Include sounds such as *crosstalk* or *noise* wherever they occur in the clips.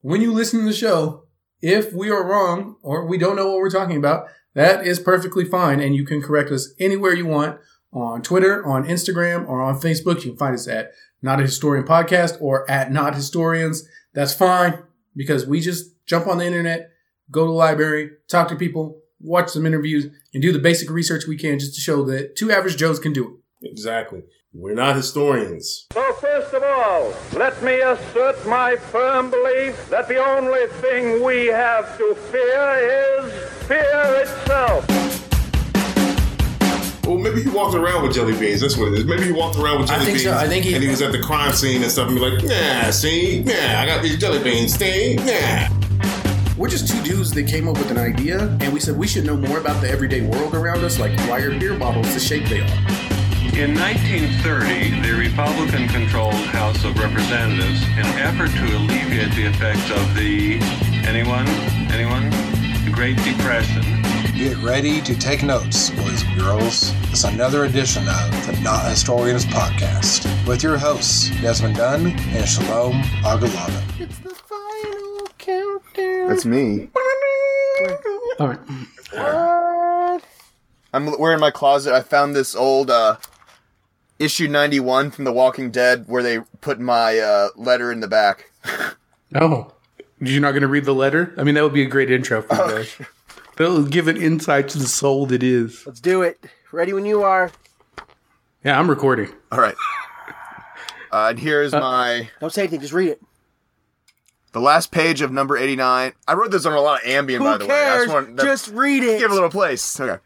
when you listen to the show, if we are wrong or we don't know what we're talking about, that is perfectly fine. And you can correct us anywhere you want on Twitter, on Instagram, or on Facebook. You can find us at Not a Historian Podcast or at Not Historians. That's fine because we just jump on the internet, go to the library, talk to people, watch some interviews, and do the basic research we can just to show that two average Joes can do it. Exactly. We're not historians. So, first of all, let me assert my firm belief that the only thing we have to fear is fear itself. Well, maybe he walked around with jelly beans. That's what it is. Maybe he walked around with I jelly think beans. so. I think he- and he was at the crime scene and stuff and be like, nah, see? Nah, I got these jelly beans. See? Nah. We're just two dudes that came up with an idea, and we said we should know more about the everyday world around us, like why are beer bottles the shape they are? In 1930, the Republican controlled House of Representatives, in an effort to alleviate the effects of the. anyone? Anyone? The Great Depression. Get ready to take notes, boys and girls. It's another edition of the Not Historians Podcast with your hosts, Desmond Dunn and Shalom Agalaga. That's me. All right. I'm we're in my closet. I found this old uh, issue 91 from The Walking Dead where they put my uh, letter in the back. Oh, you're not going to read the letter? I mean, that would be a great intro for you *laughs* guys. That'll give an insight to the soul that is. Let's do it. Ready when you are. Yeah, I'm recording. All right. Uh, and here is my Don't say anything. Just read it. the last page of number 89. I wrote this on a lot of Ambien, by Who the way. I cares? just, wanted- that- just read it. give it a little place. Okay.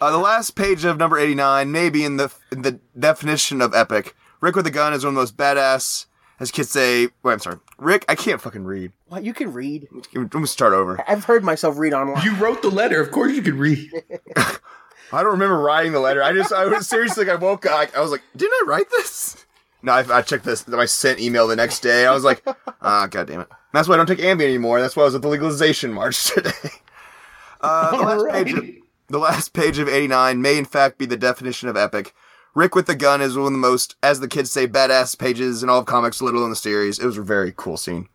Uh, the last page of number 89, maybe in the in the definition of epic. Rick with a gun is one of the most badass, as kids say. Wait, I'm sorry. Rick, I can't fucking read. What, you can read. I'm gonna start over. I've heard myself read online. You wrote the letter. Of course you could read. I don't remember writing the letter. I just, I was seriously, like, I woke up, I, I was like, didn't I write this? No, I, I checked this, I sent email the next day. I was like, *laughs* ah, god damn it. That's why I don't take Ambien anymore. That's why I was at the legalization march *laughs* today. Uh, the, last page of, the last page of 89 may in fact be the definition of epic. Rick with the gun is one of the most, as the kids say, badass pages in all of comics, little in the series. It was a very cool scene.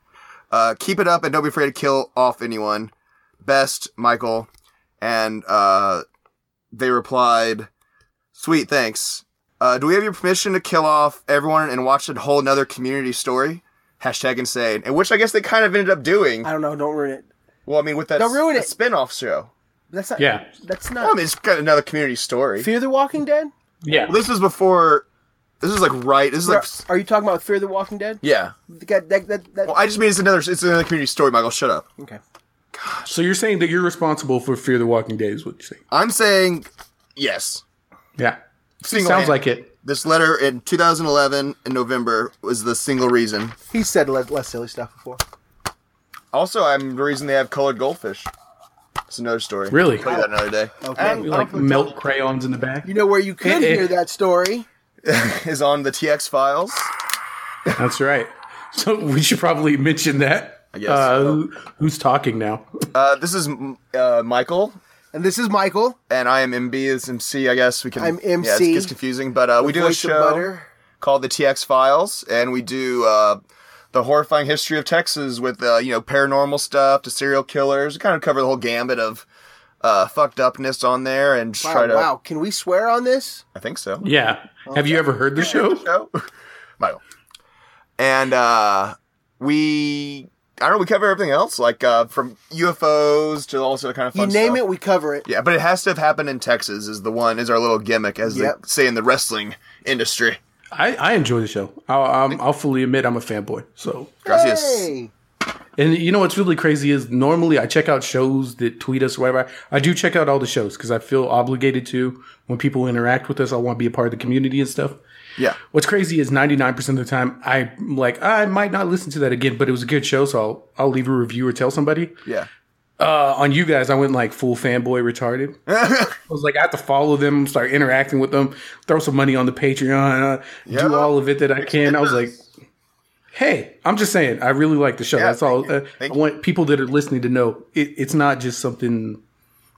Uh, keep it up and don't be afraid to kill off anyone. Best, Michael. And, uh, they replied, "Sweet, thanks. Uh, do we have your permission to kill off everyone and watch a whole another community story?" Hashtag insane, and which I guess they kind of ended up doing. I don't know. Don't ruin it. Well, I mean, with that, Don't ruin that it. spin-off show. That's not. Yeah. That's I not. mean, it's got another community story. Fear the Walking Dead. Yeah. Well, this is before. This is like right. This is like Are you talking about Fear the Walking Dead? yeah. That, that, that, that- Well, I just mean it's another. It's another community story. Michael, shut up. okay. So you're saying that you're responsible for Fear the Walking Dead is what you're saying. I'm saying yes. Yeah. Single-handed. Sounds like it. This letter in 2011 in November was the single reason. He said less, less silly stuff before. Also, I'm the reason they have colored goldfish. It's another story. Really? Play that another day. Okay. And Like melt crayons in the back. You know where you could Eh, eh. hear that story? is on the TX files. *laughs* That's right. So we should probably mention that. I guess Uh, so. who, who's talking now? Uh, this is mm, uh, Michael, And this is Michael. and I am MB is MC. I guess we can. I'm Yeah, it MC. gets confusing, but uh, we do a Voice of show Butter. called the TX files, and we do uh, the horrifying history of Texas with uh, you know paranormal stuff to serial killers. We kind of cover the whole gambit of uh, fucked upness on there, and just try Wow, to. wow. Can we swear on this? I think so. Yeah. Have you ever heard the show? show. Michael. And uh we I don't know, we cover everything else, like uh from UFOs to all sort of kind of You fun name stuff. it, we cover it. Yeah, but it has to have happened in Texas is the one is our little gimmick as Yep. they say in the wrestling industry. I, I enjoy the show. I'll, um, I'll fully admit I'm a fanboy. So Gracias. Hey. And you know what's really crazy is normally I check out shows that tweet us or whatever. I do check out all the shows because I feel obligated to when people interact with us. I want to be a part of the community and stuff. Yeah. What's crazy is 99% of the time I'm like, I might not listen to that again, but it was a good show, so I'll, I'll leave a review or tell somebody. Yeah. Uh, on you guys, I went like full fanboy *laughs* retarded. I was like, I have to follow them, start interacting with them, throw some money on the Patreon, uh, Yeah. do all of it that I can. I was like, hey, I'm just saying, I really like the show. Yeah, That's all. thank you. Uh, I Thank you. want people that are listening to know it, it's not just something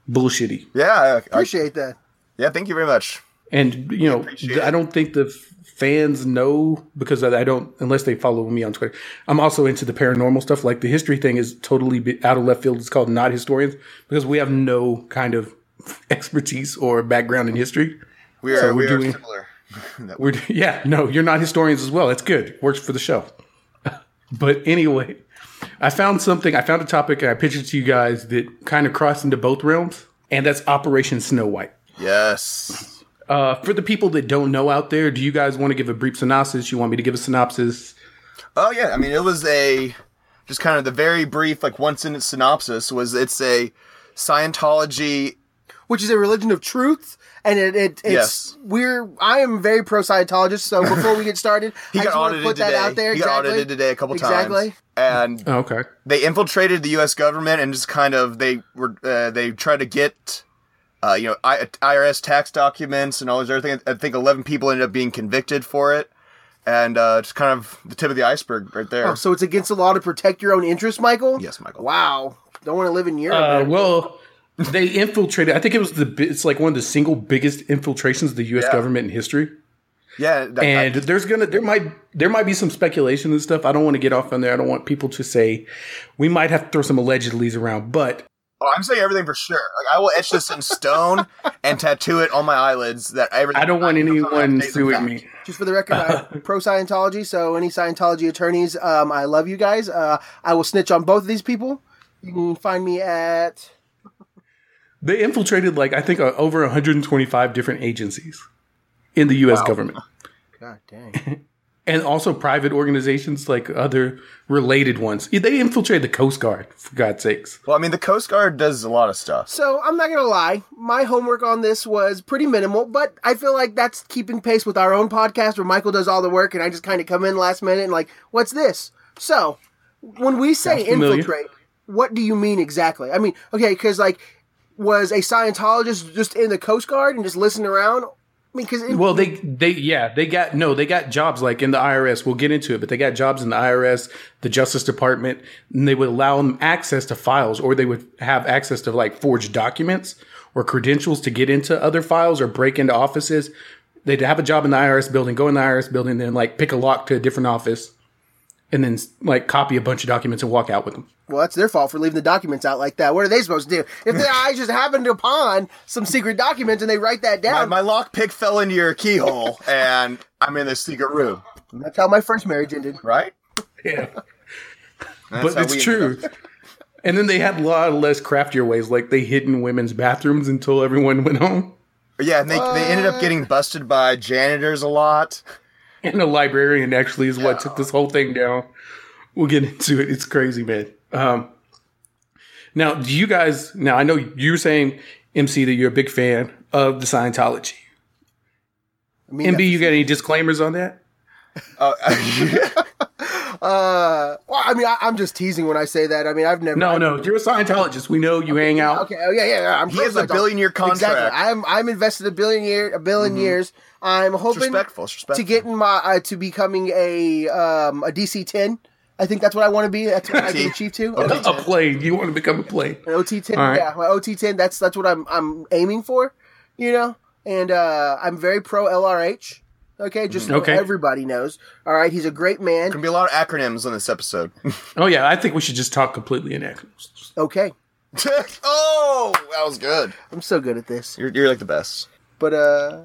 bullshitty. Yeah. I- I- Appreciate that. yeah, thank you very much. and you know appreciate I don't think the f- fans know because I I don't unless they follow me on Twitter. I'm also into the paranormal stuff. Like the history thing is totally be- out of left field. It's called not historians because we have no kind of *laughs* expertise or background in history. We are So we we're are doing- similar. We're *laughs* yeah, no, you're not historians as well. It's good. Works for the show. *laughs* but anyway, I found something. I found a topic and I pitched it to you guys that kind of crossed into both realms, and that's Operation Snow White. Yes. Uh, for the people that don't know out there, do you guys want to give a brief synopsis? You want me to give a synopsis? Oh yeah, I mean it was a just kind of the very brief like one sentence synopsis was it's a Scientology which is a religion of truth. And it, it it's Yes. we're I am very pro *laughs* Scientologist. So before we get started, he I got just want audited to put today. that out there. He exactly. got audited today a couple Exactly. times. And Oh, okay. they infiltrated the U.S. government and just kind of they were uh, they tried to get uh, you know I, IRS tax documents and all this other thing. I think eleven people ended up being convicted for it, and uh, just kind of the tip of the iceberg right there. Oh, so it's against the law to protect your own interests, Michael. Yes, Michael. Wow, don't want to live in Europe. Uh, well, they infiltrated. I think it was the. bi- It's like one of the single biggest infiltrations of the U.S. Yeah. government in history. yeah, that- and there's gonna there might there might be some speculation and stuff. I don't want to get off on there. I don't want people to say we might have to throw some allegedlys around, but oh, I'm saying everything for sure. Like I will etch this in *laughs* stone and tattoo it on my eyelids. That everything. I don't want anyone suing me. Just for the record, I'm pro Scientology. So any Scientology attorneys, um, I love you guys. Uh, I will snitch on both of these people. You can find me at They infiltrated like I think uh, over 125 different agencies in the U.S. government. God dang. And also private organizations like other related ones. They infiltrated the Coast Guard, for God's sakes. Well, I mean, the Coast Guard does a lot of stuff. So I'm not gonna lie, my homework on this was pretty minimal, but I feel like that's keeping pace with our own podcast where Michael does all the work and I just kind of come in last minute and like, what's this? So when we say Sounds familiar. infiltrate, what do you mean exactly? I mean, okay, because like, was a Scientologist just in the Coast Guard and just listening around? I mean, because Well, they they yeah they got no they got jobs like in the IRS. We'll get into it, but they got jobs in the IRS, the Justice Department, and they would allow them access to files, or they would have access to like forged documents or credentials to get into other files or break into offices. They'd have a job in the IRS building, go in the IRS building, then like pick a lock to a different office, and then like copy a bunch of documents and walk out with them. well, that's their fault for leaving the documents out like that. What are they supposed to do? If their eyes just happened upon some secret documents and they write My, that down, my lockpick fell into your keyhole, *laughs* and I'm in this secret room, that's how my first marriage ended. right? Yeah. That's but how it's we ended true. And then they had a lot of less craftier ways, like they hid in women's bathrooms until everyone went home, Yeah, and they, they ended up getting busted by janitors a lot. and a librarian actually is what took this whole thing down. We'll get into it. It's crazy, man. Um, now, do you guys? Now, I know you were saying, MC, that you're a big fan of the Scientology. I mean, MB, you got any disclaimers on that? Uh, well, I mean, I, I'm just teasing when I say that. I mean, I've never. No, no, you're a Scientologist. We know you hang out. Okay. Oh, yeah, yeah. yeah I'm He has a pro-Scientology. billion-year contract. Mm-hmm. Exactly. I'm I'm invested a billion year a 1000000000 years. I'm It's hoping respectful. It's respectful. to getting my uh, to becoming a um a DC ten. I think that's what I want to be. That's what I can achieve to. An A plane. You want to become a plane? OT ten. All right. Yeah, my OT ten. That's that's what I'm I'm aiming for. You know, and uh, I'm very pro LRH. Okay, just so Mm-hmm. Okay. everybody knows. All right, he's a great man. Gonna be a lot of acronyms on this episode. *laughs* Oh yeah, I think we should just talk completely in acronyms. Okay, oh, that was good. I'm so good at this. You're, you're like the best. But uh.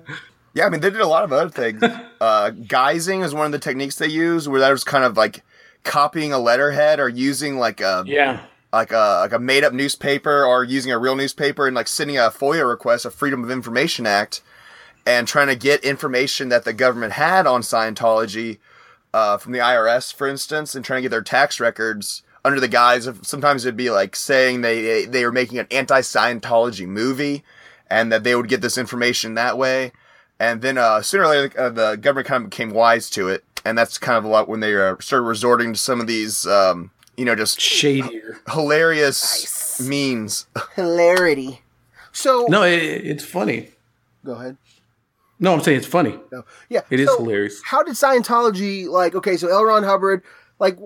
Yeah, I mean they did a lot of other things. uh, guising is one of the techniques they use, where that was kind of like copying a letterhead or using like a Yeah. like a like a made up newspaper or using a real newspaper and like sending a FOIA request, a Freedom of Information Act, and trying to get information that the government had on Scientology uh, from the IRS, for instance, and trying to get their tax records under the guise of sometimes it'd be like saying they they, they were making an anti Scientology movie, and that they would get this information that way. And then uh, sooner or later, uh, the government kind of became wise to it, and that's kind of a lot when they uh, started resorting to some of these, um, you know, just Shadier. hilarious memes. *laughs* hilarity. So No, it, it's funny. go ahead. No, I'm saying it's funny. No, yeah, It is so hilarious. How did Scientology like? Okay, so L. Ron Hubbard, like,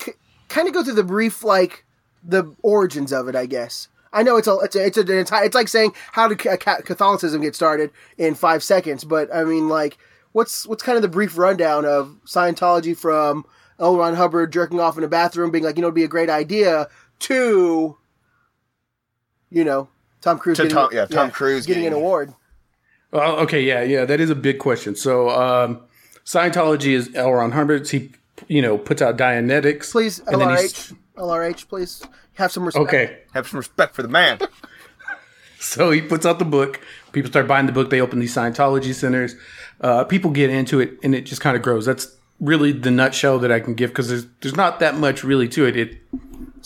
c- kind of go through the brief like the origins of it, I guess. I know it's a it's a, it's, a, an entire, it's like saying how did ca- ca- Catholicism get started in five seconds, but I mean like what's what's kind of the brief rundown of Scientology from L. Ron Hubbard jerking off in a bathroom, being like you know it'd be a great idea to, you know, Tom Cruise To getting, Tom- yeah, Tom Cruise getting an getting- award. Oh, okay, yeah, yeah, that is a big question. So, um, Scientology is L. Ron Hubbard. He, you know, puts out Dianetics. Please, and then he's- LRH, LRH, please have some respect. Okay, Have some respect for the man. so he puts out the book. People start buying the book. They open these Scientology centers. Uh, people get into it, and it just kind of grows. That's really the nutshell that I can give because there's there's not that much really to it. It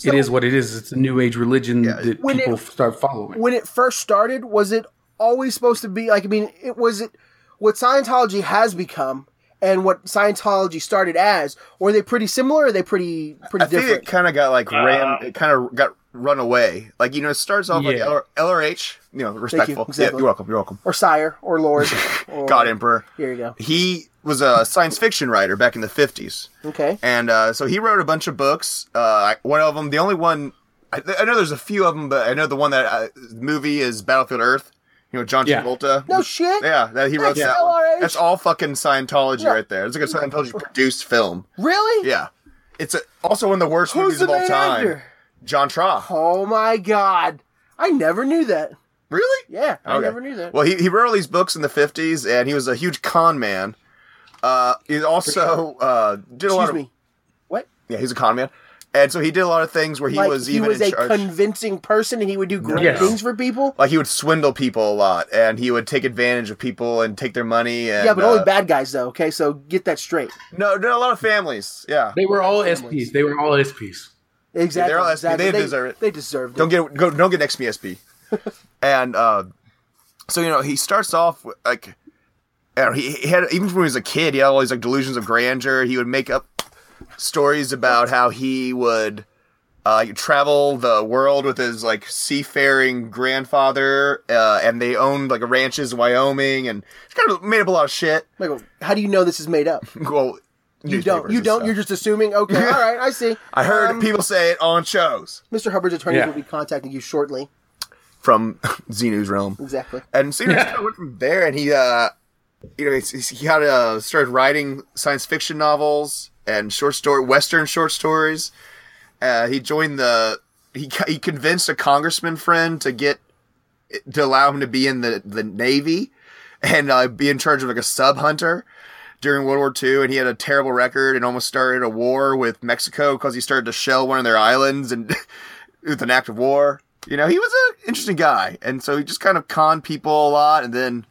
it is what it is. It's a new age religion that When people it- start following. when it first started, was it always supposed to be like? I mean, it was it what Scientology has become and what Scientology started as. Were they pretty similar? Or are they pretty pretty I think different? it kind of got like ram. It kind of got run away. Like you know, it starts off Yeah. like LR, LRH. You know, respectful. Yeah, exactly. you're welcome. You're welcome. or sire or *laughs* lord? Or, God Emperor. Here you go. He was a science fiction writer back in the fifties. Okay. And uh, so he wrote a bunch of books. Uh, one of them, the only one, I, I know there's a few of them, but I know the one that uh, movie is Battlefield Earth. You know, John Yeah. Travolta. No shit. Yeah, that he wrote That's that. one. LRH? That's all fucking Scientology Yeah. right there. It's like a Scientology produced film. Really? Yeah, it's a, also one of the worst Who's movies the of all main time. actor? John Travolta. Oh my god! I never knew that. Really? Yeah, I Okay. never knew that. Well, he, he wrote all these books in the 50s, and he was a huge con man. Uh, he also uh, did a lot Excuse of. me. What? Yeah, he's a con man. And so he did a lot of things where he like was he even was in a charge. convincing person, and he would do great Yes. things for people. like he would swindle people a lot, and he would take advantage of people and take their money. And, yeah, but uh, only bad guys though. Okay, so get that straight. No, no, a lot of families. Yeah, They were all SPs. They were all SPs. Exactly. all SP. exactly. They deserve it. They deserved it. don't get go, don't get next to me, *laughs* SB. and uh, so you know he starts off with, like, and he, he had even when he was a kid, he had all these like delusions of grandeur. He would make up stories about how he would uh, travel the world with his like seafaring grandfather, uh, and they owned like ranches in Wyoming, and he kind of made up a lot of shit. Michael, how do you know this is *laughs* made up? Well, You don't. You don't. You're just *laughs* assuming. Okay. All right. I see. I heard Um, people say it on shows Mr. Hubbard's attorney Yeah. will be contacting you shortly. *laughs* from Xenu's realm. Exactly. And so he just kind of went from there, and he, uh, you know, he's, he's- he had uh, started writing science fiction novels and short story, western short stories. Uh, he joined the he co- he convinced a congressman friend to get to allow him to be in the the navy and uh, be in charge of like a sub hunter during World War II. And he had a terrible record and almost started a war with Mexico because he started to shell one of their islands and *laughs* with an act of war. You know, he was an interesting guy, and so he just kind of conned people a lot, and then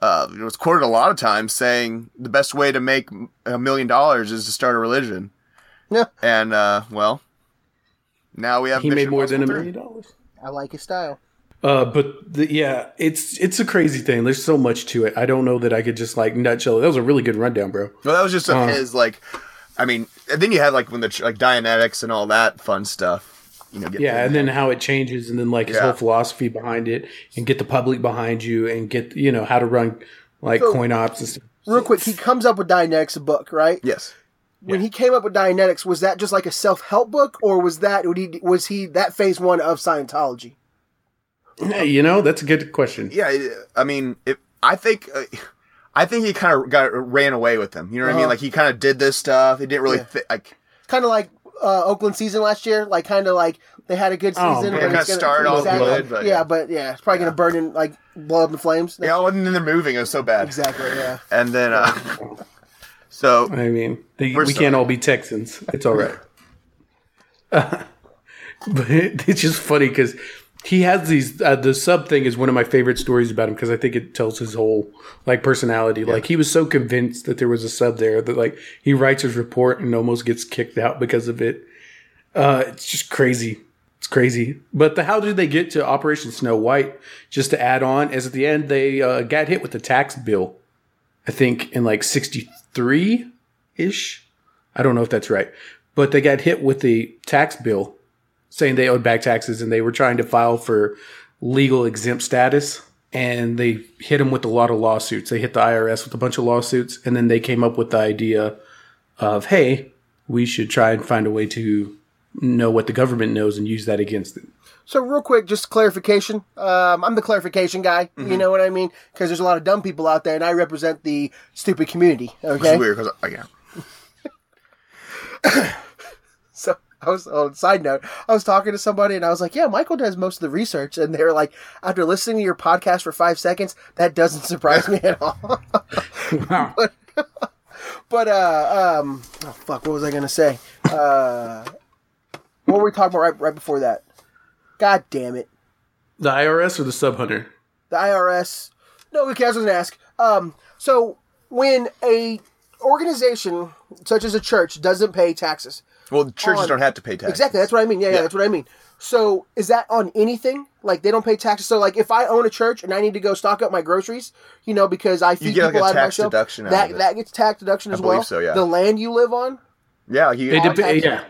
uh, it was quoted a lot of times saying the best way to make a million dollars is to start a religion. Yeah. And uh, well, now we have He made Mission more than a Impossible million dollars. I like his style. Uh, but the, yeah, it's it's a crazy thing. There's so much to it. I don't know that I could just like nutshell. it. That was a really good rundown, bro. Well, that was just of Uh. his like. I mean, and then you had like when the tr- like Dianetics and all that fun stuff. You know, get Yeah, and there. then how it changes, and then like his Yeah. whole philosophy behind it, and get the public behind you, and get you know how to run like coin ops. And stuff. Real quick, he comes up with Dianetics a book, right? yes, When he came up with Dianetics, was that just like a self help book, or was that would he, was he that phase one of Scientology? Yeah, you know that's a good question. yeah. it- I mean, it, I think. Uh, I think he kind of got ran away with them. You know what I mean? Uh-huh. Like he kind of did this stuff. He didn't really Yeah. thi- like Kind of like uh, Oakland season last year, like kind of like they had a good Oh, season. man. but Kinda it's gonna- started off exactly. good, but yeah, yeah. but yeah, it's probably gonna burn in like blow up in flames. Yeah, and then they're moving. It was so bad. Exactly. Yeah. And then, *laughs* uh, so I mean, the, We're we can't sorry. all be Texans. It's all right. *laughs* but it- it's just funny because he has these. Uh, the sub thing is one of my favorite stories about him because I think it tells his whole like personality. Like he was so convinced that there was a sub there that like he writes his report and almost gets kicked out because of it. Uh, it's just crazy. It's crazy. But the how did they get to Operation Snow White? Just to add on, is at the end they uh, got hit with the tax bill. I think in like '63 ish. I don't know if that's right, but they got hit with the tax bill saying they owed back taxes and they were trying to file for legal exempt status. And they hit them with a lot of lawsuits. They hit the IRS with a bunch of lawsuits. And then they came up with the idea of, hey, we should try and find a way to know what the government knows and use that against them. So real quick, just clarification. Um, I'm the clarification guy. You Mm-hmm. know what I mean? Because there's a lot of dumb people out there, and I represent the stupid community. Which Okay. is weird because I yeah. So *laughs* I was on side note, I was talking to somebody and I was like, Yeah, Michael does most of the research and they're like, after listening to your podcast for five seconds, that doesn't *laughs* surprise me at all. *laughs* Wow. But uh um oh fuck, what was I gonna say? Uh what were we talking about right right before that? God damn it. The IRS or the sub hunter? the IRS. No, okay, I was going to ask. Um, so when a organization such as a church doesn't pay taxes, Well, churches On- don't have to pay taxes. Oh, exactly, that's what I mean. Yeah, yeah, that's what I mean. So is that on anything? Like they don't pay taxes. So like if I own a church and I need to go stock up my groceries, you know, because I feed get, like, people a out of my tax shelf, deduction out that of it. that gets tax deduction as believe well. so, yeah. The land you live on, Yeah, you, It dep- taxes. yeah.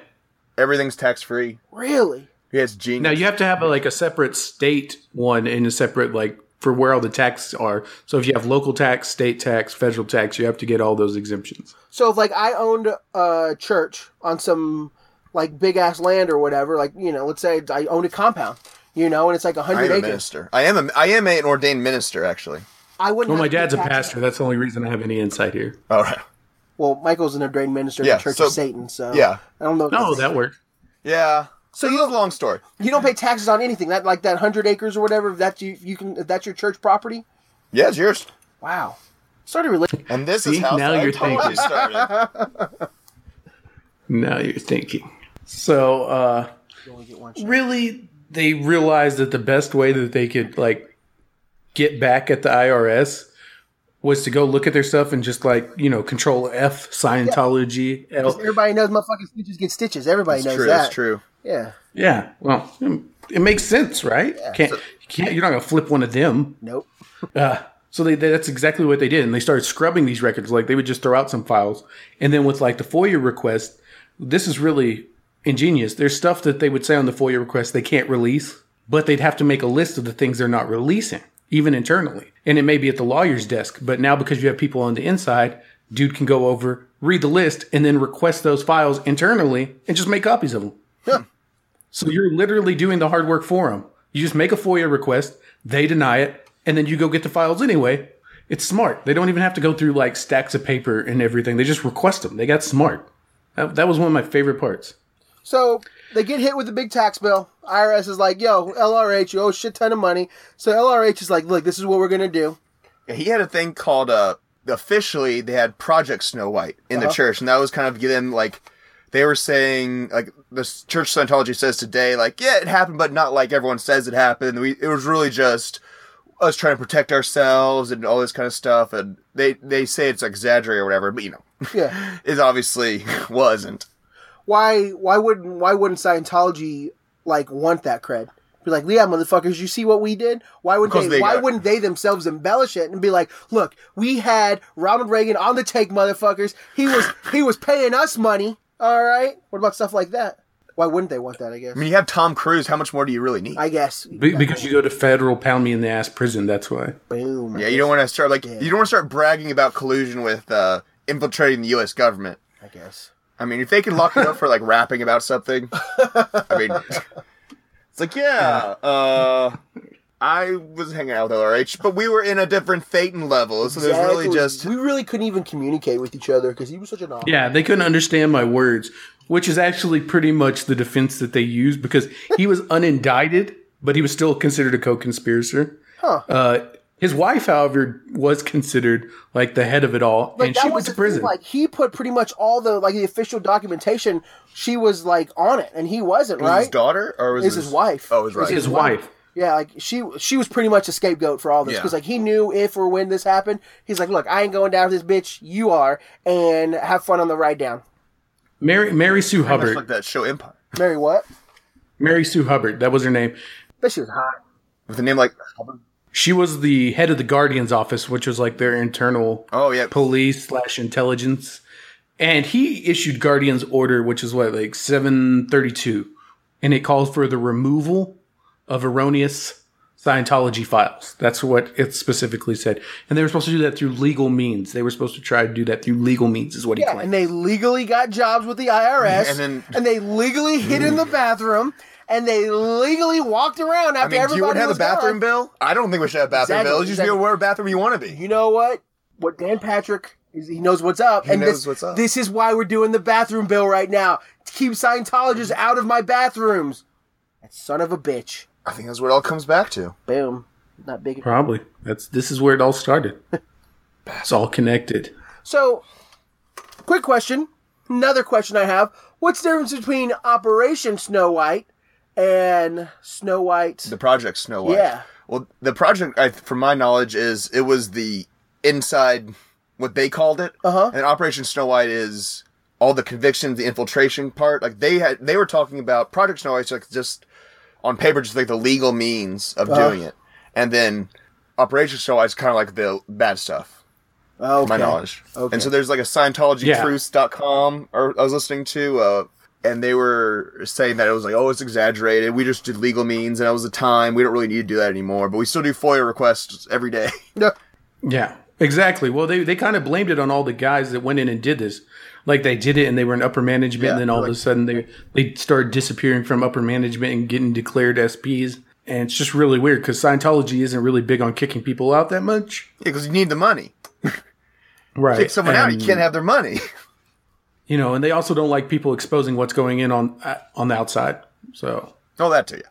everything's tax free. really? Yeah, it's genius. Now you have to have like a separate state one and a separate like for where all the taxes are. So if you have local tax, state tax, federal tax, you have to get all those exemptions. So if like I owned a church on some like big ass land or whatever, like you know, let's say I owned a compound, you know, and it's like a I hundred am a acres. minister. I am a, I am an ordained minister, actually. I wouldn't. Well, have my to pay dad's a taxes. pastor. That's the only reason I have any insight here. All right. Well, Michael's an ordained minister Yeah, of the Church so- of Satan, so yeah. I don't know. if No, that's- Oh, that worked. Yeah. So you have a long story. you don't pay taxes on anything. That like that hundred acres or whatever. if That's you. You can. If that's your church property. Yeah, it's yours. Wow. Started religion. And this See, is how now you're Scientology thinking. *laughs* started. Now you're thinking. So uh really they realized that the best way that they could like get back at the IRS was to go look at their stuff and just like, you know, control F Scientology L Everybody knows motherfucking stitches get stitches. Everybody knows True, that. that's true. Yeah. Yeah. Well, Hmm. it makes sense, right? can't, you can't you're not gonna flip one of them. Nope. So they, they- that's exactly what they did, and they started scrubbing these records. Like they would just throw out some files, and then with like the FOIA request, this is really ingenious. There's stuff that they would say on the FOIA request they can't release, but they'd have to make a list of the things they're not releasing, even internally. And it may be at the lawyer's desk, but now because you have people on the inside, dude can go over, read the list, and then request those files internally and just make copies of them. So you're literally doing the hard work for them. You just make a FOIA request, they deny it, and then you go get the files anyway. It's smart. They don't even have to go through like stacks of paper and everything. They just request them. They got smart. That, that was one of my favorite parts. So they get hit with a big tax bill. IRS is like, "Yo, LRH, you owe a shit ton of money." So LRH is like, "Look, this is what we're gonna do." Yeah, He had a thing called uh officially they had Project Snow White in the church, and that was kind of them like they were saying like the s- church Scientology says today like yeah it happened, but not like everyone says it happened. We it was really just us trying to protect ourselves and all this kind of stuff, and they they say it's exaggerated or whatever, but you know Yeah. it obviously *laughs* wasn't. why why wouldn't why wouldn't Scientology like want that cred? Be like, yeah, motherfuckers, you see what we did? Why would Because they, they why got- wouldn't they themselves embellish it and be like, look, we had Ronald Reagan on the take, motherfuckers. He was he was paying us money. All right. What about stuff like that? Why wouldn't they want that? I guess. I mean, you have Tom Cruise. How much more do you really need? I guess. Be- Because you go to federal pound me in the ass prison. That's why. Boom. Yeah, you don't want to start like you don't want to start bragging about collusion with uh, infiltrating the U.S. government. I guess. I mean, if they can lock it up for like rapping about something, I mean, *laughs* it's like yeah. Uh, I was hanging out with LRH, but we were in a different Phaeton level, so there's really Exactly. just we really couldn't even communicate with each other because he was such an. Yeah. Yeah, they couldn't understand my words, which is actually pretty much the defense that they used because he was *laughs* unindicted, but he was still considered a co-conspirator. Uh, his wife, however, was considered like the head of it all, and she went the to thing, prison. Like he put pretty much all the like the official documentation. She was like on it, and he wasn't. was right? his daughter or was It's his, his wife. Oh, his It's wife. his wife. Yeah, like she she was pretty much a scapegoat for all this Yeah. because like he knew if or when this happened, he's like, look, I ain't going down with this bitch. You are, and have fun on the ride down. Mary Mary Sue Much like Hubbard. that show Empire Mary, what? Mary Sue Hubbard, that was her name. But she was hot. with a name like She was the head of the Guardian's office, which was like their internal oh yeah, police slash intelligence. And he issued Guardian's order, which is what, like 732. And it calls for the removal of erroneous Scientology files. That's what it specifically said. And they were supposed to do that through legal means. They were supposed to try to do that through legal means, is what he Yeah, claimed. and they legally got jobs with the IRS, And and, then- they legally hid *laughs* in the bathroom, and they legally walked around after I mean, do everybody you want to have a was bathroom gone. bill? I don't think we should have a bathroom Exactly, bill. You should exactly. be where bathroom you want to be. You know what? What Dan Patrick is, he knows what's up, He and knows this, what's up. This is why we're doing the bathroom bill right now to keep Scientologists out of my bathrooms. That son of a bitch. I think that's what it all comes back to. Boom. Not big. Probably. That's this is where it all *laughs* started. it's all connected. So, quick question. Another question I have: What's the difference between Operation Snow White and Snow White? The project Snow White. Yeah. Well, the project, I, from my knowledge, is it was the inside, what they called it, Uh-huh. and Operation Snow White is all the convictions, the infiltration part. Like they had, they were talking about Project Snow White, like just on paper, just like the legal means of doing it, and then Operation Snow White is kind of like the bad stuff. Oh, my knowledge. Okay. And so there's like a ScientologyTruths.com, or I was listening to, uh, and they were saying that it was like, oh, it's exaggerated. We just did legal means, and that was the time. We don't really need to do that anymore, but we still do FOIA requests every day. Yeah, exactly. Well, they, they kind of blamed it on all the guys that went in and did this. Like they did it and they were in upper management, and then all of a sudden they, they started disappearing from upper management and getting declared SPs. And it's just really weird because Scientology isn't really big on kicking people out that much. because you need the money. Right. Kick someone out, you And, can't have their money. *laughs* You know, and they also don't like people exposing what's going in on uh, on the outside. So All that to you.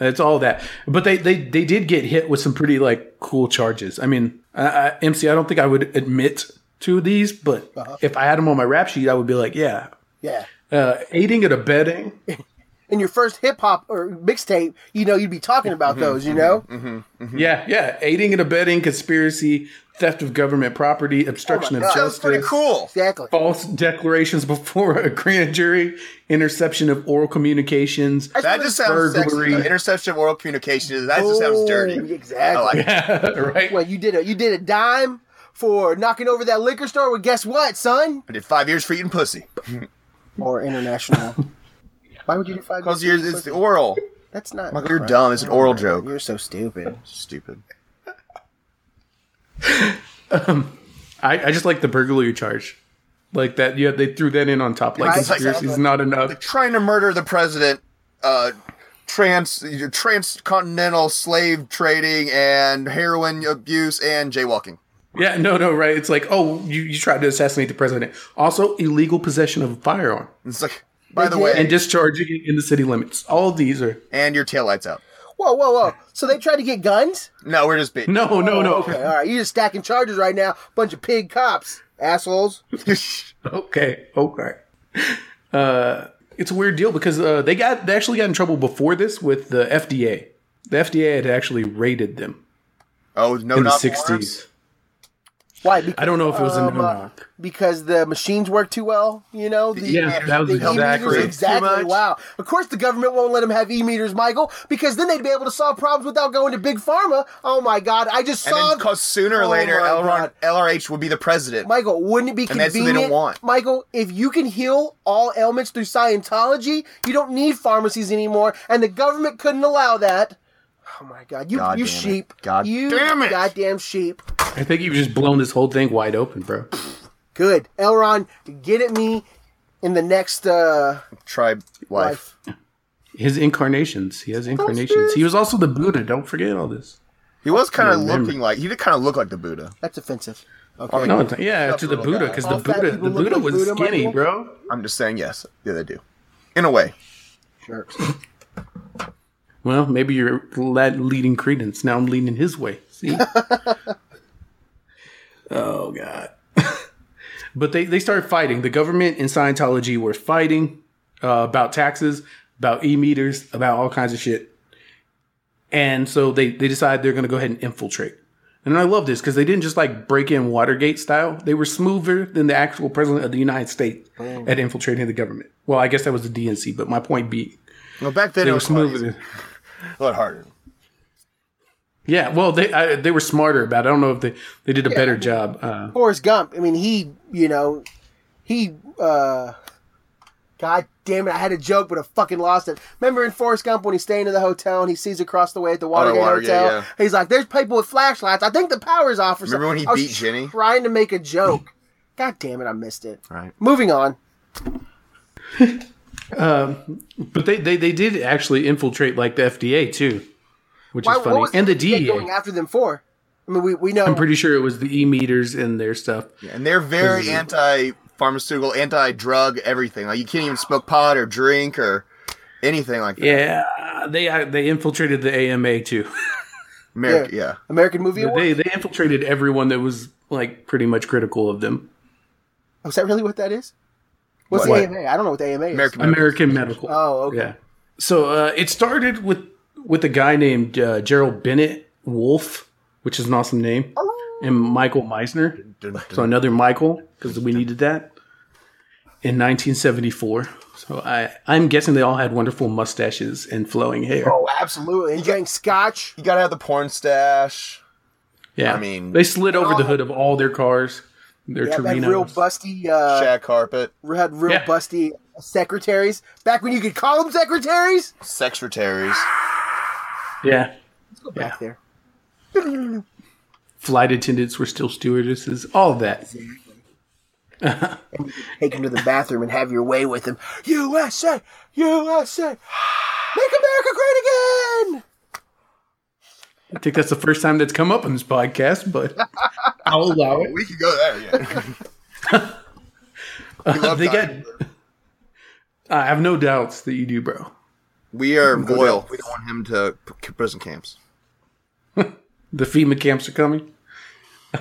It's all that, but they they they did get hit with some pretty like cool charges. I mean, I, I, MC, I don't think I would admit to these, but Uh-huh. if I had them on my rap sheet, I would be like, yeah, yeah. uh, aiding and abetting. Mm-hmm. In your first hip hop or mixtape, you know you'd be *laughs* talking about those. You know, Yeah, yeah, aiding and abetting conspiracy, theft of government property, obstruction of Sounds justice, pretty cool. exactly. false declarations before a grand jury, interception of oral communications. *laughs* That just sounds Burglary. sexy. though. Interception of oral communication. That just sounds Ooh, dirty. I Exactly. like it. right? well, you did a you did a dime for knocking over that liquor store. Well, guess what, son? I did five years for eating pussy. Or international. *laughs* Why would you do five? Because years? yours it's the oral. That's not. Michael, you're dumb. It's an oral joke. You're so stupid. Stupid. I, I just like the burglary charge, like that. Yeah, they threw that in on top. Like Right. conspiracy is not enough. trying to murder the president, uh, trans transcontinental slave trading and heroin abuse and jaywalking. Yeah, no, no, right. It's like, oh, you, you tried to assassinate the president. Also, illegal possession of a firearm It's like, by the way, and and, discharging it in the city limits. All of these are your taillights out. Whoa, whoa, whoa! So they tried to get guns. No, we're just beating. no, no, *laughs* no. Oh, Okay, all right. You're just stacking charges right now. Bunch of pig cops, assholes. Okay, okay. Uh, it's a weird deal because uh, they got they actually got in trouble before this with the FDA. The FDA had actually raided them *laughs* Oh, no, in the not sixties. Why? Because, I don't know if it was a um, no uh, knock. because the machines work too well. You know, the, Yeah, that was the exactly. e-meters, Too exactly. much. Wow. Of course, the government won't let them have e meters, Michael, because then they'd be able to solve problems without going to big pharma. Oh my God! I just And saw. then, because sooner or Oh later, my LR, God. LRH will be the president. Michael, wouldn't it be And convenient? that's what they don't want. Michael, if you can heal all ailments through Scientology, you don't need pharmacies anymore, and the government couldn't allow that. Oh my God! You, God you damn it. sheep! God you damn it. Goddamn sheep! I think you've just blown this whole thing wide open, bro. Good, Elron, get at me in the next uh, Tribe life. life. His incarnations. He has incarnations. He was also the Buddha. Don't forget all this. He was kind of Remember. looking like he did kind of look like the Buddha. That's offensive. No, it's, yeah, to the Buddha because the All fat Buddha, people the look Buddha like was Buddha, skinny, Michael. bro. I'm just saying, yes, yeah, they do, in a way. Jerks. Well, maybe you're led leading credence. Now I'm leading his way. *laughs* See? oh God. *laughs* but they they started fighting. The government and Scientology were fighting uh, about taxes, about e meters, about all kinds of shit. And so they they decide they're going to go ahead and infiltrate. And I love this because they didn't just like break in Watergate style. They were smoother than the actual president of the United States at infiltrating the government. Well, I guess that was the DNC, but my point being, Well, back then they it were was quite easy. smoother. a lot harder. Yeah, well, they I, they were smarter about. it. I don't know if they they did a better job. Uh, Forrest Gump. I mean, he, you know, he uh, God damn it! I had a joke, but I fucking lost it. Remember in Forrest Gump when he's staying in the hotel and he sees across the way at the Watergate, Watergate, Hotel, yeah. he's like, "There's people with flashlights. I think the power's off." Or Remember something. when he I was beat Jenny? Trying to make a joke. God damn it! I missed it. Right. Moving on. But they, they, they did actually infiltrate like the FDA too, which Why- is what funny. was And the they DEA. going after them for? I mean, we we know. I'm pretty sure it was the E meters and their stuff. And they're very anti pharmaceutical, anti drug, everything. Like you can't even smoke pot or drink or anything like that. Yeah, they uh, they infiltrated the AMA too. America, Yeah. yeah. American Movie Award. they they infiltrated everyone that was like pretty much critical of them. Oh, is that really what that is? What's What? the AMA? I don't know what the AMA is. American. American Medical. Oh, okay. Yeah. So uh, it started with with a guy named uh, Gerald Bennett Wolf, which is an awesome name, and Michael Meisner. So another Michael because we needed that in 1974. So I I'm guessing they all had wonderful mustaches and flowing hair. Oh, absolutely. And drank scotch. You gotta have the porn stash. yeah. I mean- they slid over the hood of all their cars, their Yeah, had Torinos. real busty. Uh, shag carpet, had real Yeah. busty secretaries back when you could call them secretaries. secretaries. yeah. Back there, Flight attendants were still stewardesses. All that. take them to the bathroom and have your way with them. USA, USA, make America great again. I think that's the first time that's come up on this podcast, but *laughs* I'll allow it. *laughs* We could go there. Yeah. *laughs* We love they Dr. got. I have no doubts that you do, bro. We are loyal. We don't want him to p- prison camps. The FEMA camps are coming.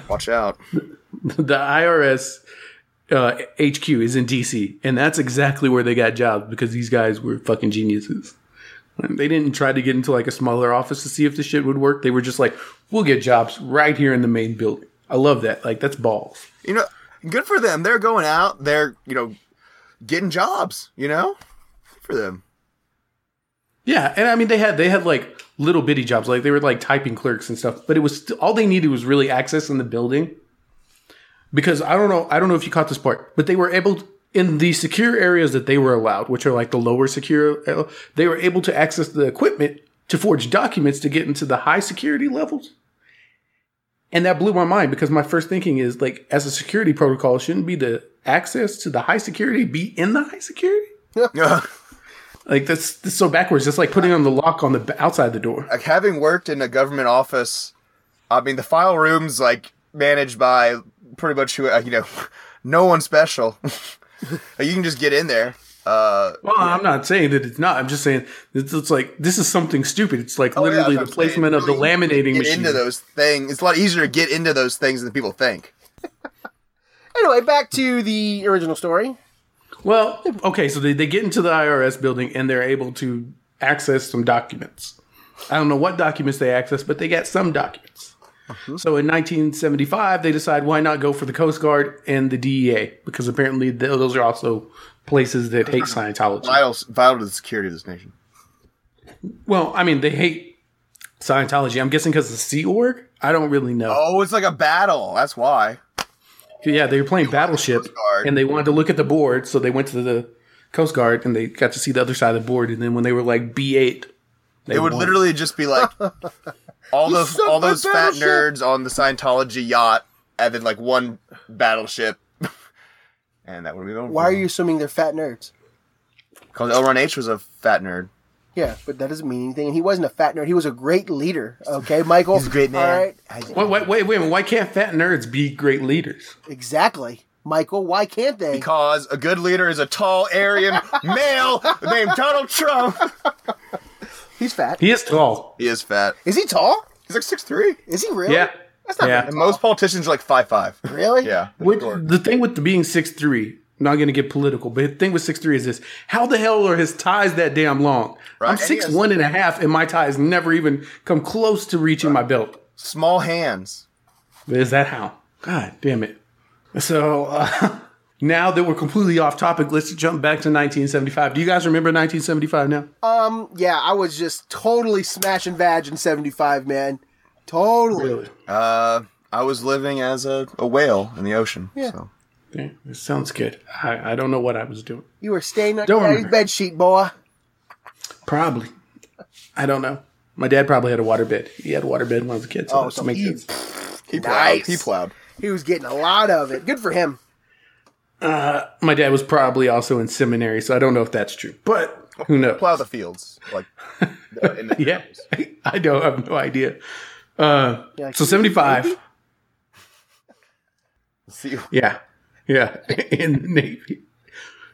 Watch out. The IRS uh, HQ is in DC, and that's exactly where they got jobs because these guys were fucking geniuses. And They didn't try to get into like a smaller office to see if the shit would work. They were just like, "We'll get jobs right here in the main building." I love that. Like that's balls. You know, good for them. They're going out. They're you know, getting jobs. You know, good for them. Yeah, and I mean they had they had like little bitty jobs, like they were like typing clerks and stuff. But it was all they needed was really access in the building. Because I don't know, I don't know if you caught this part, but they were able in the secure areas that they were allowed, which are like the lower secure, uh, they were able to access the equipment to forge documents to get into the high security levels. And that blew my mind because my first thinking is like, as a security protocol, shouldn't be the access to the high security be in the high security? *laughs* Like that's, that's so backwards. It's like putting on the lock on the b- outside the door. like having worked in a government office, I mean the file room's like managed by pretty much who uh, you know, *laughs* no one special. *laughs* you can just get in there. Uh, Well, I'm not saying that it's not. I'm just saying it's, it's like this is something stupid. It's like Oh, yeah, literally that's the what I'm saying. placement of the Really laminating get machine. into those things. It's a lot easier to get into those things than people think. Anyway, back to the original story. Well, okay, so they, they get into the IRS building and they're able to access some documents. I don't know what documents they access, but they got some documents. Uh-huh. So in 1975, they decide why not go for the Coast Guard and the DEA because apparently th- those are also places that hate Scientology. Vital, vital to the security of this nation. Well, I mean, they hate Scientology. I'm guessing because the Sea Org. I don't really know. Oh, it's like a battle. That's why. Yeah, they were playing Battleship, Coast Guard. and they wanted to look at the board, so they went to the Coast Guard, and they got to see the other side of the board. And then when they were like B8, they It would won. literally just be *laughs* like all those sunk all my those fat battleship. nerds on the Scientology yacht, and then like one battleship, *laughs* and that would be over. Why are you assuming they're fat nerds? Because L. Ron H. was a fat nerd. Yeah, but that doesn't mean anything. And he wasn't a fat nerd. He was a great leader. Okay, Michael. He's a great man. All right, Wait, wait, wait, wait a minute. Why can't fat nerds be great leaders? exactly, Michael. Why can't they? Because a good leader is a tall *laughs* Aryan male named Donald Trump. He's fat. He is tall. He is fat. Is he tall? He's like six three. Is he really? Yeah, yeah. And most politicians are like five five. Really? Yeah. With, the thing with the being six three. Not going to get political, but the thing with six three is this: How the hell are his ties that damn long? I'm And he six has- one and a half, and my ties never even come close to reaching my belt. Small hands. Is that how? God damn it. So uh, *laughs* now that we're completely off topic, let's jump back to 1975. Do you guys remember 1975 now? Oh. Yeah, I was just totally smashing vag in 75, man. Totally. Really? Uh, I was living as a, a whale in the ocean. So. Yeah, it sounds good. I, I don't know what I was doing. You were staying on Don't daddy's remember. bed sheet, boy. Probably. I don't know. My dad probably had a water bed. He had a water bed when I was a kid. So Oh, oh, that so makes he- sense. He plowed. Nice. He plowed. He was getting a lot of it. Good for him. My dad was probably also in seminary, so I don't know if that's true. But who knows? Plow the fields. *laughs* Like, in the *laughs* Yeah, *laughs* I don't I have no idea. Uh, Yeah, so seventy five. See, Yeah, yeah, *laughs* in the navy.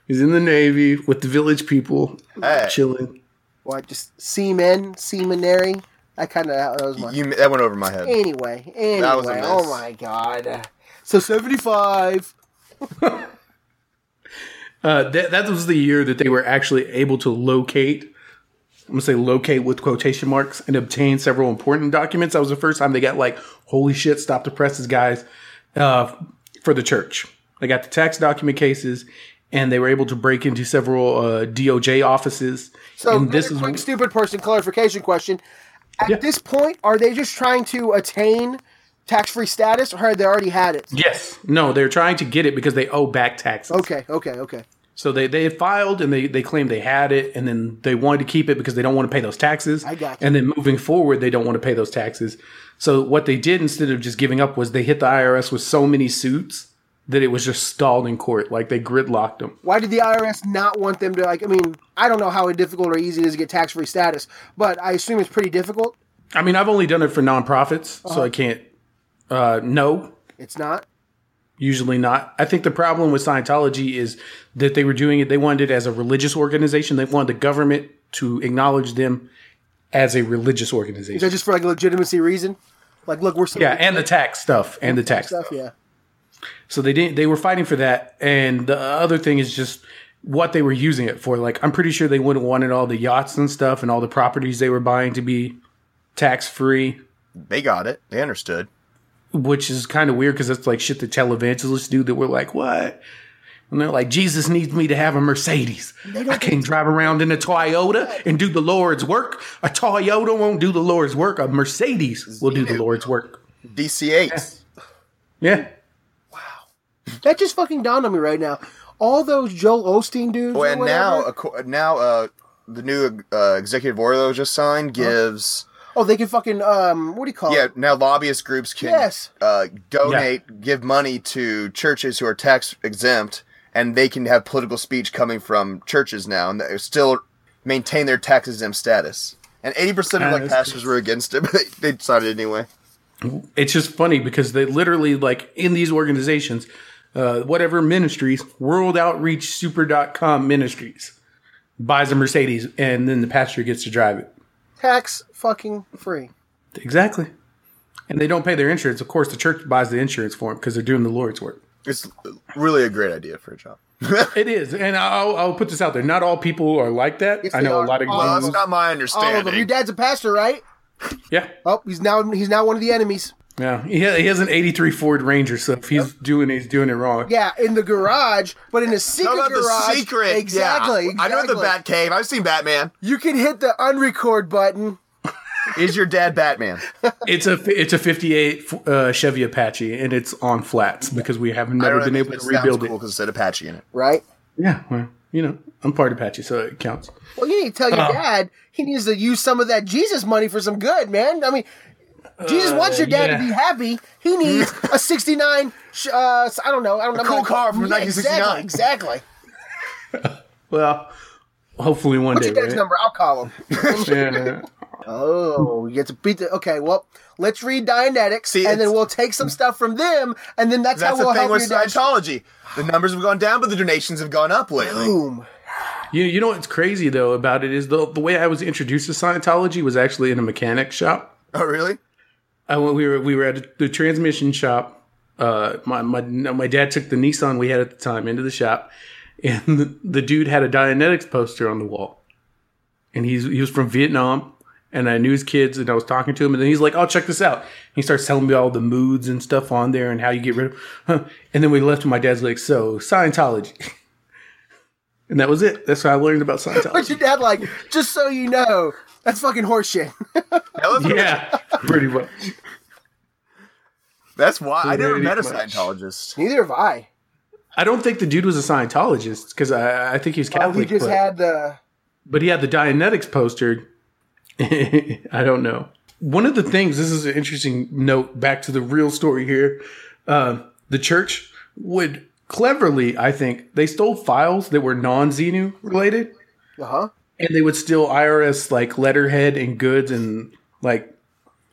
He's in the navy with the village people, Hey. chilling. What? Just seamen, seminary. I kind of that was my. you, that went over my head. Anyway, anyway. was a oh mess. my god. So seventy five. Uh, that that was the year that they were actually able to locate. I'm gonna say locate with quotation marks and obtain several important documents. That was the first time they got like, holy shit, stop the presses, guys, uh, for the church. They got the tax document cases, and they were able to break into several uh, DOJ offices. So and this this a is quick stupid person clarification question. At Yeah. this point, are they just trying to attain tax free status, or had they already had it? yes, no, they're trying to get it because they owe back taxes. Okay, okay, okay. So they, they filed and they, they claimed they had it and then they wanted to keep it because they don't want to pay those taxes. I got you. And then moving forward, they don't want to pay those taxes. So what they did instead of just giving up was they hit the IRS with so many suits that it was just stalled in court. Like they gridlocked them. Why did the IRS not want them to like? I mean, I don't know how difficult or easy it is to get tax free status, but I assume it's pretty difficult. I mean, I've only done it for nonprofits, so I can't uh, know. It's not. Usually not. I think the problem with Scientology is that they were doing it, they wanted it as a religious organization. They wanted the government to acknowledge them as a religious organization. Is that just for like a legitimacy reason? Like, look, we're so Yeah, and the tax stuff, and the tax stuff. stuff. Yeah. So they didn't. They were fighting for that, and the other thing is just what they were using it for. Like I'm pretty sure they wouldn't wanted all the yachts and stuff, and all the properties they were buying to be tax free, They got it. They understood. which is kind of weird because that's like shit the televangelists do. That we're like, what? And they're like, Jesus needs me to have a Mercedes. I can't drive around in a Toyota and do the Lord's work. A Toyota won't do the Lord's work. A Mercedes will do the Lord's work. DC8. Yeah. That just fucking dawned on me right now. All those Joel Osteen dudes. Well, or and whatever- now, acco- now uh, the new uh, executive order that was just signed gives. oh, they can fucking um, what do you call Yeah, it? now lobbyist groups can Yes. uh, donate, give money to churches who are tax exempt, and they can have political speech coming from churches now, and they still maintain their tax exempt status. And eighty percent of Ah, like that's pastors were against it, *laughs* but they, they decided anyway. it's just funny because they literally like in these organizations uh, whatever ministries world outreach super.com ministries buys a mercedes and then the pastor gets to drive it Tax fucking free. exactly and they don't pay their insurance of course the church buys the insurance for them because they're doing the lord's work It's really a great idea for a job. *laughs* it is and i'll, I'll put this out there not all people are like that Yes, i they know are. Uh, a lot of All Well, of examples. that's not my Um, All of them. Your understanding. dad's a pastor, right? yeah Oh, he's now he's now one of the enemies. yeah he, ha- he has an 83 ford ranger so if he's doing he's doing it wrong Yeah, in the garage, but in a secret How about garage. the secret? Exactly. Yeah. I know the exactly. Bat Cave. I've seen Batman. You can hit the unrecord button. Is your dad Batman? It's a it's a 58 uh, Chevy Apache and it's on flats because we have I never don't been know, able to sounds rebuild cool it. because it said Apache in it. Right. Yeah, well, you know, I'm part Apache, so it counts. Well, you need to tell your dad he needs to use some of that Jesus money for some good, man. I mean, Jesus wants your dad yeah. to be happy. He needs a '69. Uh, I don't know. I don't know. cool car from Yeah, 1969. Exactly. exactly. Well, hopefully one What's day. your dad's right? number? I'll call him. *laughs* Yeah. Oh, you get to beat the. Okay, well, let's read Dianetics, See, and then it's- we'll take some stuff from them, and then that's, That's how the we'll thing help with your dad. Scientology. The numbers have gone down, but the donations have gone up lately. Boom. you, you know what's crazy though about it is the the way I was introduced to Scientology was actually in a mechanic shop. Oh, really? I, went- we were we were at the transmission shop. Uh, my my no, my dad took the Nissan we had at the time into the shop, and the, the dude had a Dianetics poster on the wall, and he's he was from Vietnam, and I knew his kids, and I was talking to him, and then he's like, "Oh, check this out." He starts telling me all the moods and stuff on there, and how you get rid of. Huh. And then we left, and my dad's like, "So Scientology," *laughs* and that was it. That's how I learned about But *laughs* Scientology. your dad, like, just so you know, that's fucking horseshit. *laughs* yeah, pretty much. That's why I Very never met a much. Scientologist. Neither have I. I don't think the dude was a Scientologist because I, I think he was Oh, Catholic. he just but, had the. but he had the Dianetics poster. *laughs* I don't know. One of the things, this is an interesting note back to the real story here. Uh, the church would cleverly, I think, they stole files that were non Xenu related Uh huh. and they would steal IRS like letterhead and goods and like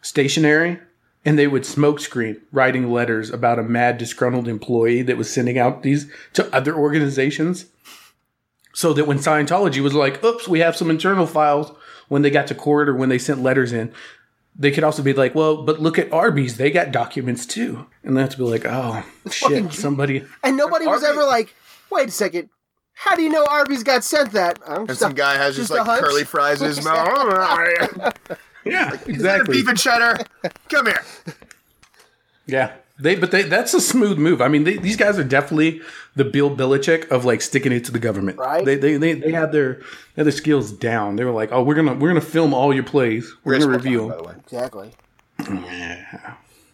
stationery. And they would smokescreen writing letters about a mad disgruntled employee that was sending out these to other organizations. So that when Scientology was like, oops, we have some internal files when they got to court or when they sent letters in, they could also be like, well, but look at Arby's. They got documents too. And they have to be like, oh, shit, *laughs* somebody. And nobody was Arby's- ever like, wait a second. How do you know Arby's got sent that? I don't And some guy has just, a like hunch. curly fries in his mouth. Oh, *laughs* Is Yeah, that a exactly. beef and cheddar? Come here. Yeah, they but they that's a smooth move. I mean, they, these guys are definitely the Bill Belichick of like sticking it to the government. Right. They they they, they had their they had their skills down. They were like, oh, we're gonna we're gonna film all your plays. We're gonna review By them. the way. Exactly.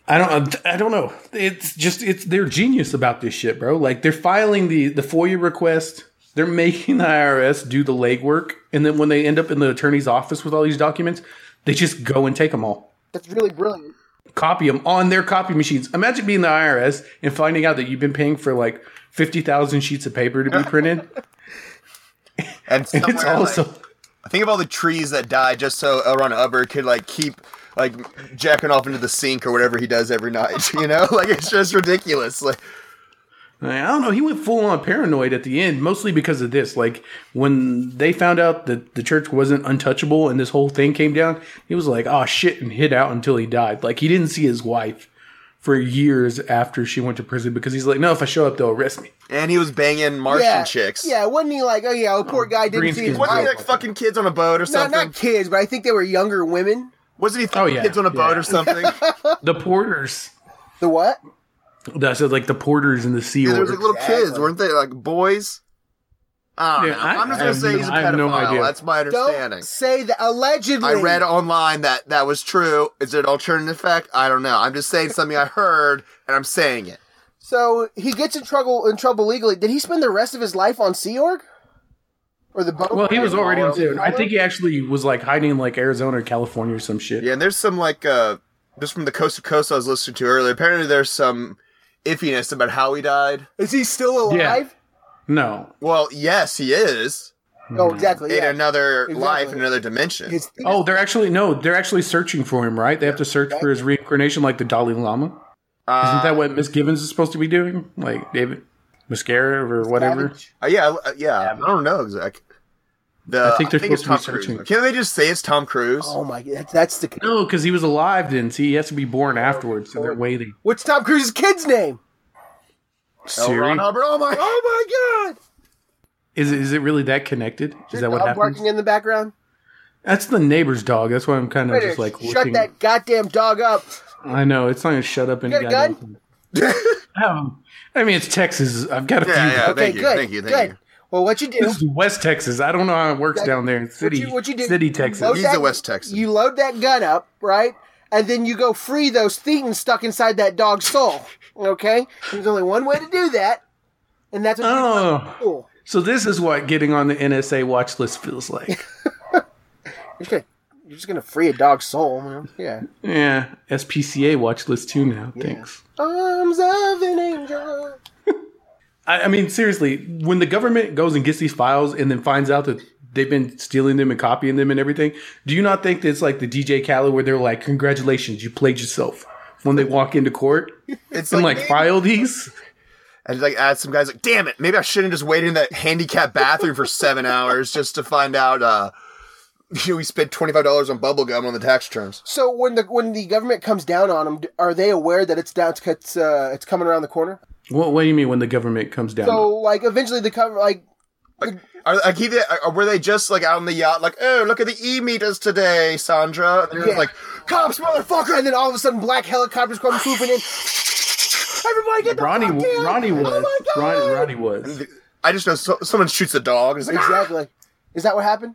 I don't I don't know. It's just it's they're genius about this shit, bro. Like they're filing the the FOIA request. They're *laughs* making the IRS do the legwork, and then when they end up in the attorney's office with all these documents, they just go and take them all. That's really brilliant. copy them on their copy machines. Imagine being the IRS and finding out that you've been paying for like 50,000 sheets of paper to *laughs* be printed. And And it's somewhere, also, like, think of all the trees that died just so Elron Hubbard could like keep like jacking off into the sink or whatever he does every night. *laughs* You know, like it's just ridiculous. Like I don't know, he went full on paranoid at the end, mostly because of this. Like when they found out that the church wasn't untouchable and this whole thing came down, he was like, oh shit, and hid out until he died. Like he didn't see his wife for years after she went to prison because he's like, no, if I show up, they'll arrest me. and he was banging Martian yeah. chicks. Yeah, wasn't he like, oh yeah, well, poor guy didn't green see his skin Wasn't he wife. like fucking kids on a boat or Not, something? not kids, but I think they were younger women. Wasn't he fucking Oh, yeah, kids on a boat yeah. or *laughs* something? The porters. The what? That said, like the porters and the sea Yeah, there was orgs. like little kids, Exactly. weren't they? Like boys. I don't Yeah, know. I- I'm just I gonna have say no- he's a I have pedophile. no idea. That's my understanding. Don't say that. Allegedly. I read online that that was true. Is it alternative fact? I don't know. I'm just saying something I heard, and I'm saying it. So he gets in trouble in trouble legally. Did he spend the rest of his life on Sea Org? Or the boat? Well, he was already on Sea Sea Org? I think he actually was like hiding in like Arizona or California or some shit. Yeah, and there's some like uh just from the coast to coast I was listening to earlier. Apparently there's some iffiness about how he died. Is he still alive? No. Well, yes, he is. Oh, exactly. In Yeah. another Exactly. life, in another dimension. His- Mm-hmm. Oh, they're actually no. They're actually searching for him, right? They have to search for his reincarnation, like the Dalai Lama. Uh, Isn't that what Miss Givens is supposed to be doing? Like David Mascara or whatever. Uh, yeah, uh, yeah, I don't know exactly. The, I think they're it's Tom supposed to be Cruise. searching. Can they just say it's Tom Cruise? Oh my god, that's the No, because he was alive then. See, he has to be born afterwards, so they're waiting. What's Tom Cruise's kid's name? L. Ron Siri, Hubbard. Oh my! Oh my god! is it, is it really that connected? Is that what dog happens? barking in the background? That's the neighbor's dog. That's why I'm kind of Critters, just like shut looking. that goddamn dog up. I know it's not gonna shut up and got a gun? *laughs* Um, I mean, it's Texas. I've got a Yeah, few. yeah. Okay, Oh, thank you, good. thank you, thank good. you. Well, what you do? This is West Texas. I don't know how it works down there in city, you- what you did- city you Texas. load He's that- a West Texan. You load that gun up, right? And then you go free those thetans stuck inside that dog's soul. Okay? There's only one way to do that, and that's what you Oh, do. so this is what getting on the NSA watch list feels *laughs* like. You're just gonna, you're just gonna free a dog's soul. Man. Yeah. yeah, SPCA watch list too now. Thanks. Arms of an angel. I, I mean, seriously, when the government goes and gets these files and then finds out that they've been stealing them and copying them and everything, do you not think that it's like the DJ Khaled where they're like, "Congratulations, you played yourself." When they walk into *laughs* court It's and like, like file these. and like add some guys like, damn it, maybe I shouldn't just wait in that handicapped bathroom for seven hours just to find out. uh you know, we spent twenty five dollars on bubble gum on the tax terms. So when the when the government comes down on them, are they aware that it's down? It's uh, it's coming around the corner. What, what do you mean when the government comes down? So like eventually the cover like Are like he? Are, were they just like out on the yacht? Like, oh, look at the e meters today, Sandra. And they're Yeah. like, cops, motherfucker! and then all of a sudden black helicopters come swooping in. Everybody get the Ronnie, fuck in! Ronnie was. Oh my god! Ronnie, Ronnie was. I just know so, someone shoots a dog. It's like, Exactly. Is that what happened?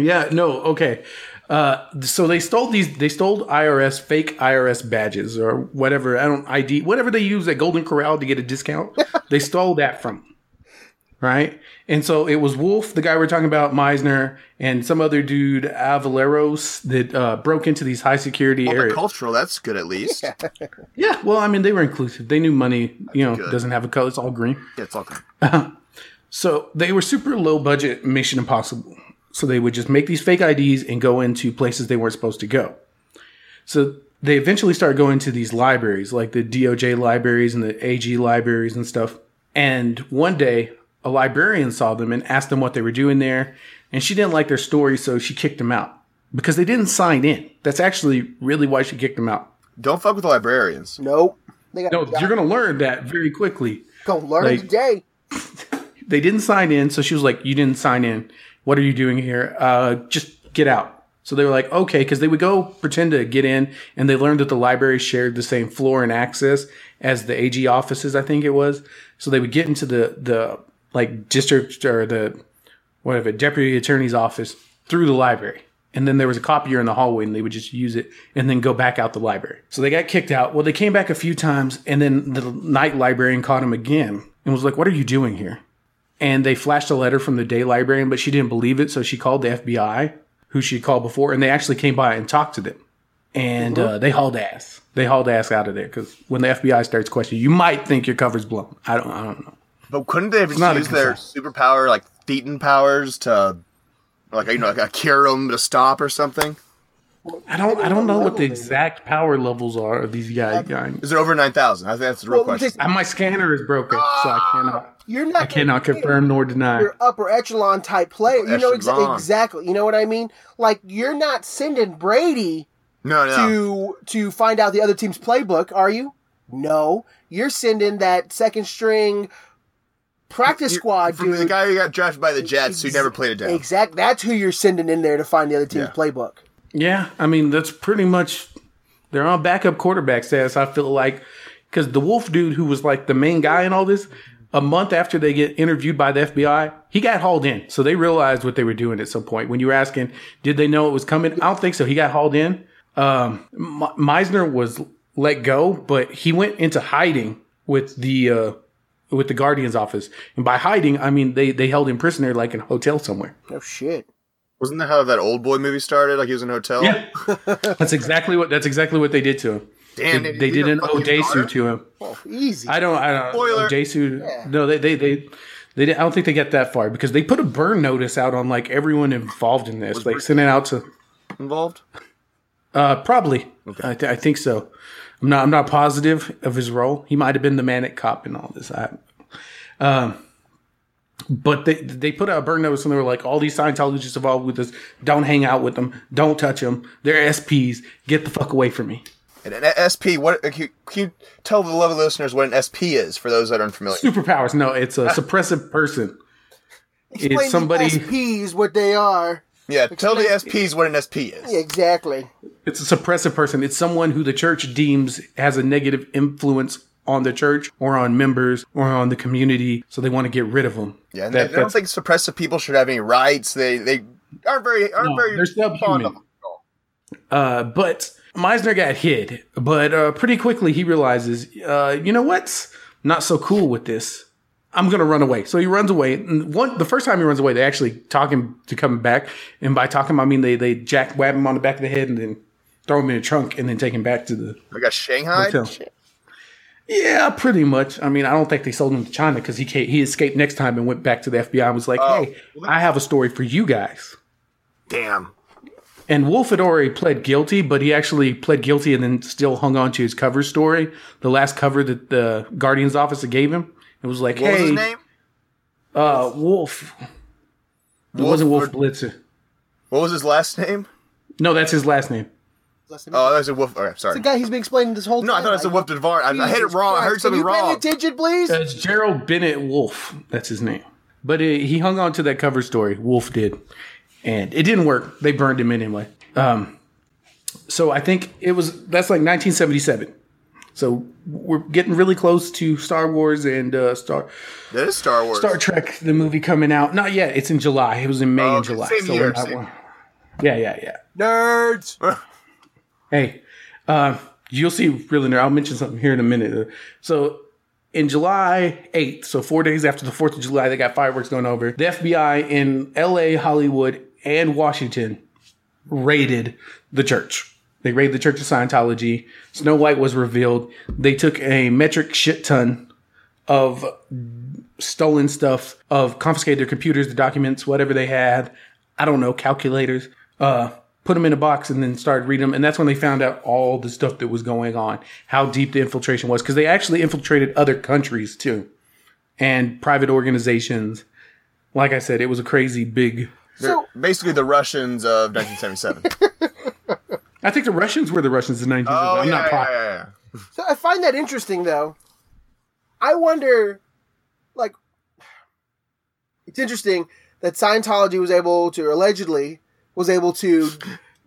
Yeah, no, okay. Uh, so they stole these. They stole IRS fake IRS badges or whatever. I don't ID whatever they use at Golden Corral to get a discount. they stole that from. 'em, Right, and so it was Wolf, the guy we're talking about, Meisner, and some other dude, Avaleros, that uh, broke into these high security areas. Cultural, that's good at least. Yeah, well, I mean, they were inclusive. They knew money, you know, good. doesn't have a color; it's all green. It's all good. So they were super low budget Mission Impossible. So they would just make these fake IDs and go into places they weren't supposed to go. So they eventually started going to these libraries, like the DOJ libraries and the AG libraries and stuff. And one day, a librarian saw them and asked them what they were doing there. And she didn't like their story, so she kicked them out because they didn't sign in. That's actually really why she kicked them out. Don't fuck with the librarians. Nope. They got No, you're going to learn that very quickly. gonna learn like- today. they didn't sign in. So she was like, "You didn't sign in. What are you doing here? Uh, just get out." So they were like, "Okay," because they would go pretend to get in, and they learned that the library shared the same floor and access as the AG offices. I think it was. So they would get into the the like district or the whatever deputy attorney's office through the library. And then there was a copier in the hallway, and they would just use it and then go back out the library. So they got kicked out. Well, they came back a few times, and then the night librarian caught him again and was like, What are you doing here? and they flashed a letter from the day librarian, but she didn't believe it, so she called the FBI, who she called before, and they actually came by and talked to them, and uh, they hauled ass. They hauled ass out of there because when the FBI starts questioning, you might think your cover's blown. I don't. I don't know. But couldn't they have just not a used their superpower, like Thetan powers, to like you know, like a cure them to stop or something? I don't. I don't know what the exact power levels are of these guys. Is it over nine thousand? I think that's the real Well, question. just- I, my scanner is broken, so I cannot. You're not. I cannot confirm nor deny. You're upper echelon type player. You know exa- echelon. exactly. You know what I mean? Like you're not sending Brady No, no. to to find out the other team's playbook, are you? No, you're sending that second string practice squad From the dude. guy who got drafted by the Jets, who never played a down. Exact. That's who you're sending in there to find the other team's Yeah. playbook. Yeah, I mean that's pretty much they're on backup quarterback status. I feel like because the Wolf dude who was like the main guy in all this, a month after they get interviewed by the FBI, he got hauled in. So they realized what they were doing at some point. When you were asking, did they know it was coming? I don't think so. He got hauled in. Um, Me- Meisner was let go, but he went into hiding with the uh, with the Guardian's office. And by hiding, I mean they they held him prisoner like in a hotel somewhere. Oh shit. Wasn't that how that old boy movie started? Like he was in a hotel. Yeah, *laughs* that's exactly what that's exactly what they did to him. Damn, they, they did an Odesu to him. Easy. I don't. I don't. Spoiler. Odesu. No, they they they. They did, I don't think they got that far because they put a burn notice out on like everyone involved in this, like sending out to involved. uh, probably. I, th- I think so. I'm not. I'm not positive of his role. He might have been the manic cop in all this. I, um, but they they put out a burn notice and they were like, all these Scientologists involved with this, don't hang out with them, don't touch them. They're SPs. Get the fuck away from me. And an SP, what uh, can you, can you tell the lovely listeners what an SP is for those that are unfamiliar? Superpowers. No, it's a suppressive person. Explain It's somebody. The SPs what they are. Yeah, tell the SPs what an SP is. Exactly. It's a suppressive person. It's someone who the church deems has a negative influence on the church or on members or on the community, so they want to get rid of them. Yeah, and That- they, they don't that's- think suppressive people should have any rights. They they aren't very aren't No, very they're subhuman. fond of them. Uh, but Meisner got hid, but uh, pretty quickly he realizes, uh, you know what? Not so cool with this. I'm gonna run away. So he runs away. And one, the first time he runs away, they actually talk him to come back. And by talk him, I mean they they jack whap him on the back of the head and then throw him in a trunk and then take him back to the Like a Shanghai. hotel. Yeah, pretty much. I mean, I don't think they sold him to China because he ca he escaped next time and went back to the FBI and was like, Oh, "Hey, I have a story for you guys." Damn. And Wolf had already pled guilty, but he actually pled guilty and then still hung on to his cover story, the last cover that the Guardian's office gave him. It was like, What "Hey, was his name? uh, Wolf." It wasn't Wolf Blitzer. What was his last name? No, that's his last name. Oh, that was a Wolf. Okay, sorry. The guy he's been explaining this whole No, I time. thought it was a Wolf Devar. I, I hit it Jesus wrong. I Christ, heard something can you Pay wrong. attention, please. It's Gerald Bennett Wolf. That's his name. But it, he hung on to that cover story. Wolf did, and it didn't work. They burned him anyway. Um, so I think it was that's like 1977. So we're getting really close to Star Wars and uh, Star That is Star Wars. Star Trek, the movie coming out. Not yet. It's in July. It was in May and Oh, okay, July. same so year, we're not same- one- Yeah, yeah, yeah. Nerds. *laughs* Hey, uh, you'll see really nerd. I'll mention something here in a minute. So, in July 8th, so four days after the 4th of July, they got fireworks going over. The FBI in LA, Hollywood, and Washington raided the church. They raided the Church of Scientology. Snow White was revealed. They took a metric shit ton of stolen stuff, of confiscated their computers, the documents, whatever they had. I don't know, calculators. Uh, put them in a box and then started reading them. And that's when they found out all the stuff that was going on, how deep the infiltration was, because they actually infiltrated other countries too, and private organizations. Like I said, it was a crazy big. So Basically, the Russians of Oh, 1977. I think the Russians were the Russians in 19. oh, I'm yeah, not yeah, pro- yeah, yeah. So I find that interesting, though. I wonder, like, it's interesting that Scientology was able to allegedly was able *laughs* to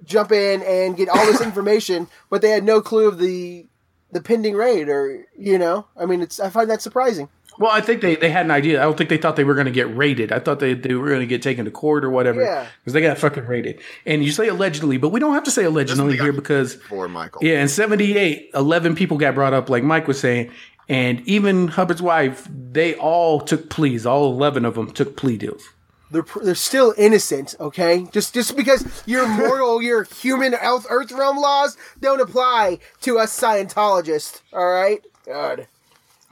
jump in and get all this information, but they had no clue of the the pending raid, or you know, I mean, it's I find that surprising. Well, I think they, they had an idea. I don't think they thought they were going to get raided. I thought they, they were going to get taken to court or whatever. Yeah. Because they got fucking raided. And you say allegedly, but we don't have to say allegedly got- here because Poor Michael. Yeah, in 78, 11 people got brought up, like Mike was saying. And even Hubbard's wife, they all took pleas. All 11 of them took plea deals. They're pr- they're still innocent, okay? Just just because *laughs* your mortal, your human earth, earth realm laws don't apply to us Scientologists, all right? God.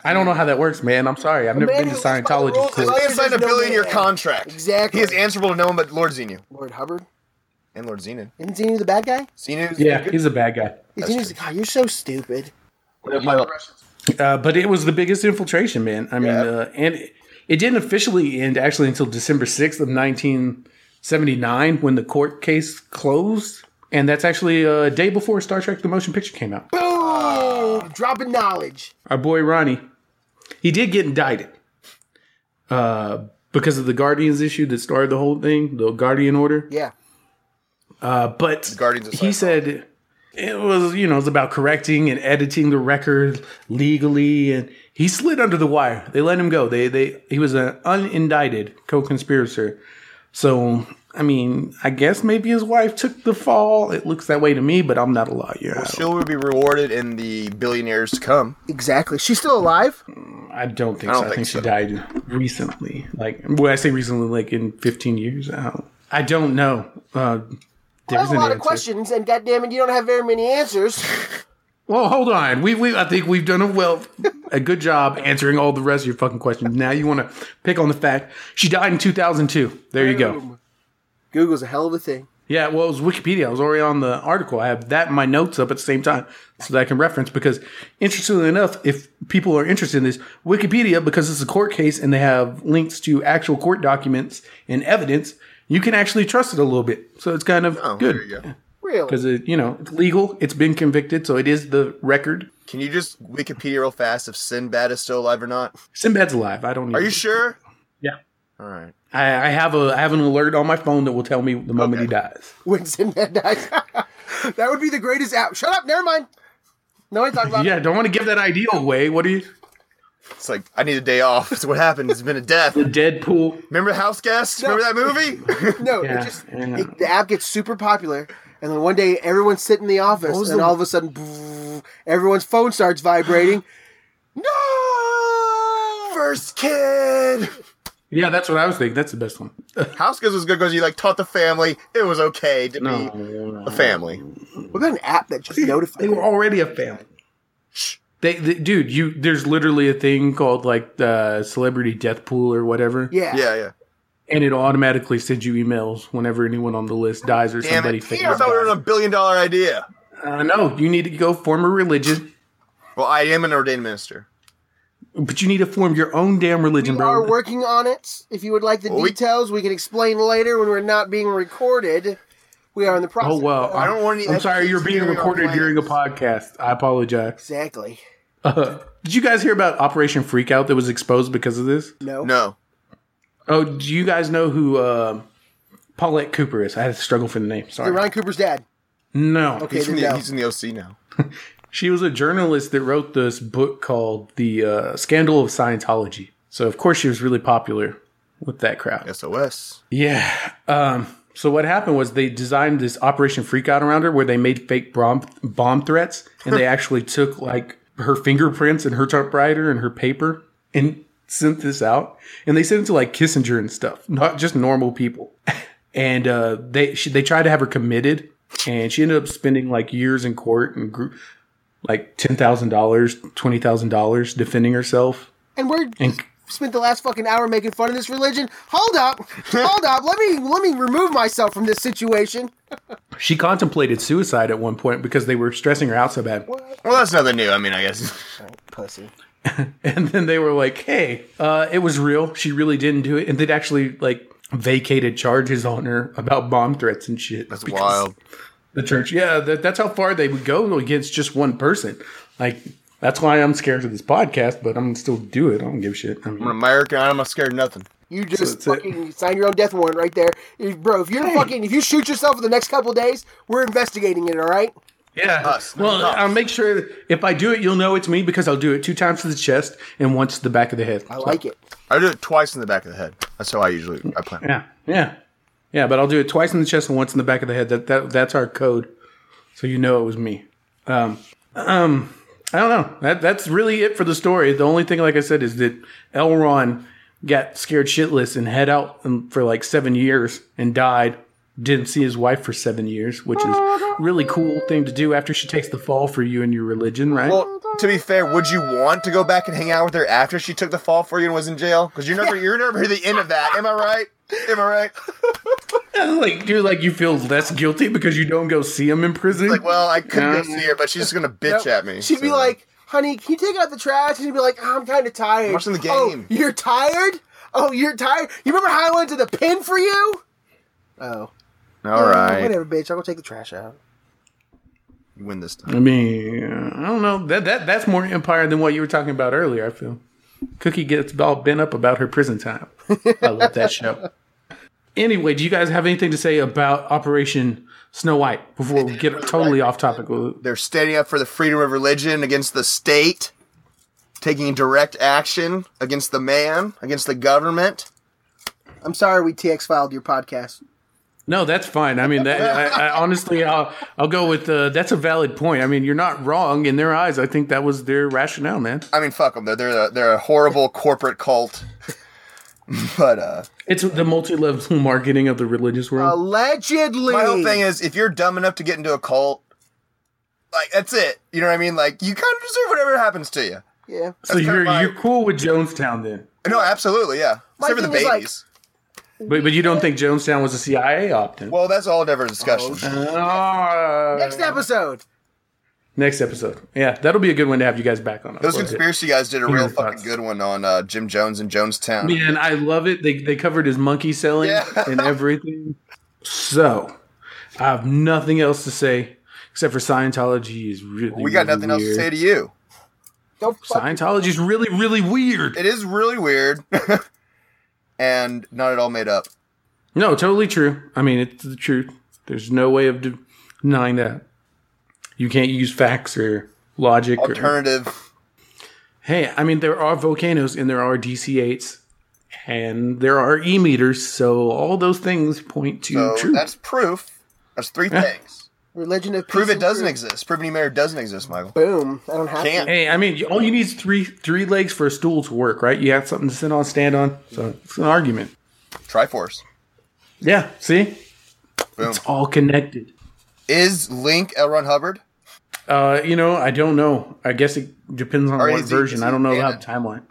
I don't know how that works, man. I'm sorry. I've never man been to who lives by the rules Scientology of court. life- He has signed a There's no billion year man. contract. Exactly. He is answerable to no one but Lord Xenu. Lord Hubbard? And Lord Xenu. Isn't Zenu the bad guy? Xenu is Yeah, he's a bad guy. He's just like, oh, you're so stupid. Uh, but it was the biggest infiltration, man. I mean, uh, and it, it didn't officially end actually until December 6th of 1979 when the court case closed. And that's actually a day before Star Trek The Motion Picture came out. Boom! Dropping knowledge. our boy Ronnie, he did get indicted uh, because of the Guardians issue that started the whole thing, the Guardian Order. Yeah. Uh, but Guardians of he Scientology. said it was, you know, it's about correcting and editing the record legally, and he slid under the wire. They let him go. They they he was an unindicted co-conspirator. So I mean, I guess maybe his wife took the fall. It looks that way to me, but I'm not a lawyer. I She will be rewarded in the billionaires to come. Exactly. She's still alive? I don't think I so. don't I think think she so. died recently. Like, when I say recently, like in 15 years. I don't, I don't know. Uh, I have there's a an lot answer. of questions, and goddamn it, you don't have very many answers. Well, hold on. We, we, I think we've done a well, a good job answering all the rest of your fucking questions. Now you want to pick on the fact she died in 2002. There you go. *laughs* Google's a hell of a thing. Yeah, well, it was Wikipedia. I was already on the article. I have that in my notes up at the same time so that I can reference because, interestingly enough, if people are interested in this, Wikipedia, because it's a court case and they have links to actual court documents and evidence, you can actually trust it a little bit. So it's kind of Oh, there good you go. Really? because, it, you know, it's legal. It's been convicted. So it is the record. Can you just Wikipedia real fast if Sinbad is still alive or not? Sinbad's alive. I don't need Are you sure? Yeah. All right. I, I have a I have an alert on my phone that will tell me the moment he dies. When Sinbad dies. *laughs* that would be the greatest out. Shut up, never mind. No one talking about Yeah, don't want to give that idea away. What are you? It's like I need a day off. That's what happened. It's been a death. Deadpool. Remember House Guest? No. Remember that *laughs* movie? No, Yeah, it just yeah. it, the app gets super popular, and then one day everyone's sitting in the office, and all of a sudden, brrr, everyone's phone *gasps* starts vibrating. no. First kid. Yeah, that's what I was thinking. That's the best one. House Guest was good because you like taught the family it was okay to be a family. What about an app *laughs* that just notifies? They were already a family. They, they dude, you there's literally a thing called like the celebrity death pool or whatever, yeah, Yeah, yeah. and it'll automatically send you emails whenever anyone on the list dies or Damn somebody. it. famous I thought we were on a billion dollar idea. dies. Uh, no, you need to go form a religion, Well, I am an ordained minister. but you need to form your own damn religion, We bro. are working on it. If you would like the Well, we- details, we can explain later when we're not being recorded. We are in the process. Oh well, I don't want any I'm sorry, you're exes being hearing our recorded plans. during a podcast. I apologize. Exactly. Uh, did you guys hear about Operation Freakout that was exposed because of this? No. No. Oh, do you guys know who um Paulette Cooper is? I had to struggle for the name. Hey, Sorry. Ryan Cooper's dad. No. Okay, He's in, then the, no. he's in the OC now. She was a journalist that wrote this book called The uh, Scandal of Scientology. So, of course, she was really popular with that crowd. SOS. Yeah. Um, So what happened was they designed this Operation Freakout around her, where they made fake bomb bomb threats, and they actually took like her fingerprints and her typewriter and her paper and sent this out, and they sent it to like Kissinger and stuff, not just normal people. And uh, they she, they tried to have her committed, and she ended up spending like years in court and group like ten thousand dollars, twenty thousand dollars defending herself. And we're And spent the last fucking hour making fun of this religion. Hold up, hold up. Let me let me remove myself from this situation. she contemplated suicide at one point because they were stressing her out so bad. Well, that's nothing new. I mean, I guess. *laughs* Pussy. *laughs* and then they were like, "Hey, uh, it was real. She really didn't do it." And they'd actually like vacated charges on her about bomb threats and shit. That's Because wild. The church, yeah, that, that's how far they would go against just one person. Like that's why I'm scared of this podcast, but I'm gonna still do it. I don't give a shit. I mean, I'm an American. I'm not scared of nothing. You So just that's it. fucking sign your own death warrant right there, If- bro. If you're fucking if you shoot yourself in the next couple days, we're investigating it. All right. yeah. Us, well, us. I'll make sure if I do it, you'll know it's me because I'll do it two times to the chest and once to the back of the head. I like it. I do it twice in the back of the head. That's how I usually I plan. Yeah, yeah, yeah. But I'll do it twice in the chest and once in the back of the head. That that that's our code, so you know it was me. Um, um, I don't know. That that's really it for the story. The only thing, like I said, is that Elron got scared shitless and head out um, for like seven years and died. Didn't see his wife for seven years, which is really cool thing to do after she takes the fall for you and your religion, right? Well, to be fair, would you want to go back and hang out with her after she took the fall for you and was in jail? Because you're never you're never the end of that. Am I right? Am I right? like you're like you feel less guilty because you don't go see him in prison. Like, well, I could Yeah. go see her, but she's *laughs* just gonna bitch at me. She'd be so- like, "Honey, can you take out the trash?" And she'd be like, "Oh, "I'm kind of tired." watching the Oh, game." you're tired? Oh, you're tired. You remember how I went to the pin for you? Oh, all right, Whatever, bitch. I'll go take the trash out. you win this I time. mean, I don't know. That that that's more empire than what you were talking about earlier. I feel Cookie gets all bent up about her prison time. I love that show. Anyway, do you guys have anything to say about Operation Snow White before we get totally off topic? Well, They're standing up for the freedom of religion against the state, taking direct action against the man, against the government. I'm sorry we TX filed your podcast. No, that's fine. I mean, that, I, I honestly, I'll, I'll go with uh, that's a valid point. I mean, you're not wrong in their eyes. I think that was their rationale, man. I mean, fuck them. They're they're a, they're a horrible corporate cult. *laughs* but uh, It's the multi-level *laughs* marketing of the religious world. Allegedly. My whole thing is if you're dumb enough to get into a cult, like that's it. You know what I mean? Like you kind of deserve whatever happens to you. yeah. so you're kinda my- you're cool with Jonestown then, No, absolutely, yeah. Except for the thing is, like- babies. but but you don't think Jonestown was a CIA opt-in? well, that's all Oh, never discussion. Ah. Next e- episode. Next episode. Yeah, that'll be a good one to have you guys back on. I Those love it. conspiracy guys did a Your real thoughts. fucking good one on uh, Jim Jones and Jonestown. Man, I love it. They, they covered his monkey selling Yeah. and everything. So, I have nothing else to say except for Scientology is really we got nothing else to say to you. Don't fuck. Scientology is really really weird. It is really weird, *laughs* and not at all made up. No, totally true. I mean, it's the truth. There's no way of de- denying that. You can't use facts or logic or Alternative. Hey, I mean, there are volcanoes and there are DC8s and there are E meters, so all those things point to So truth. that's proof. That's three things. Religion of peace Prove it and doesn't truth. exist. Prove any mayor doesn't exist, Michael. Boom. I don't have Can't. Hey, I mean, you- all you need is three three legs for a stool to work, right? You have something to sit on, stand on. So it's an argument. Triforce. Yeah, see, Boom. it's all connected. Is Link L. Ron Hubbard? Uh, you know, I don't know. I guess it depends on Or what is he- version. is I he don't know dead? about the timeline.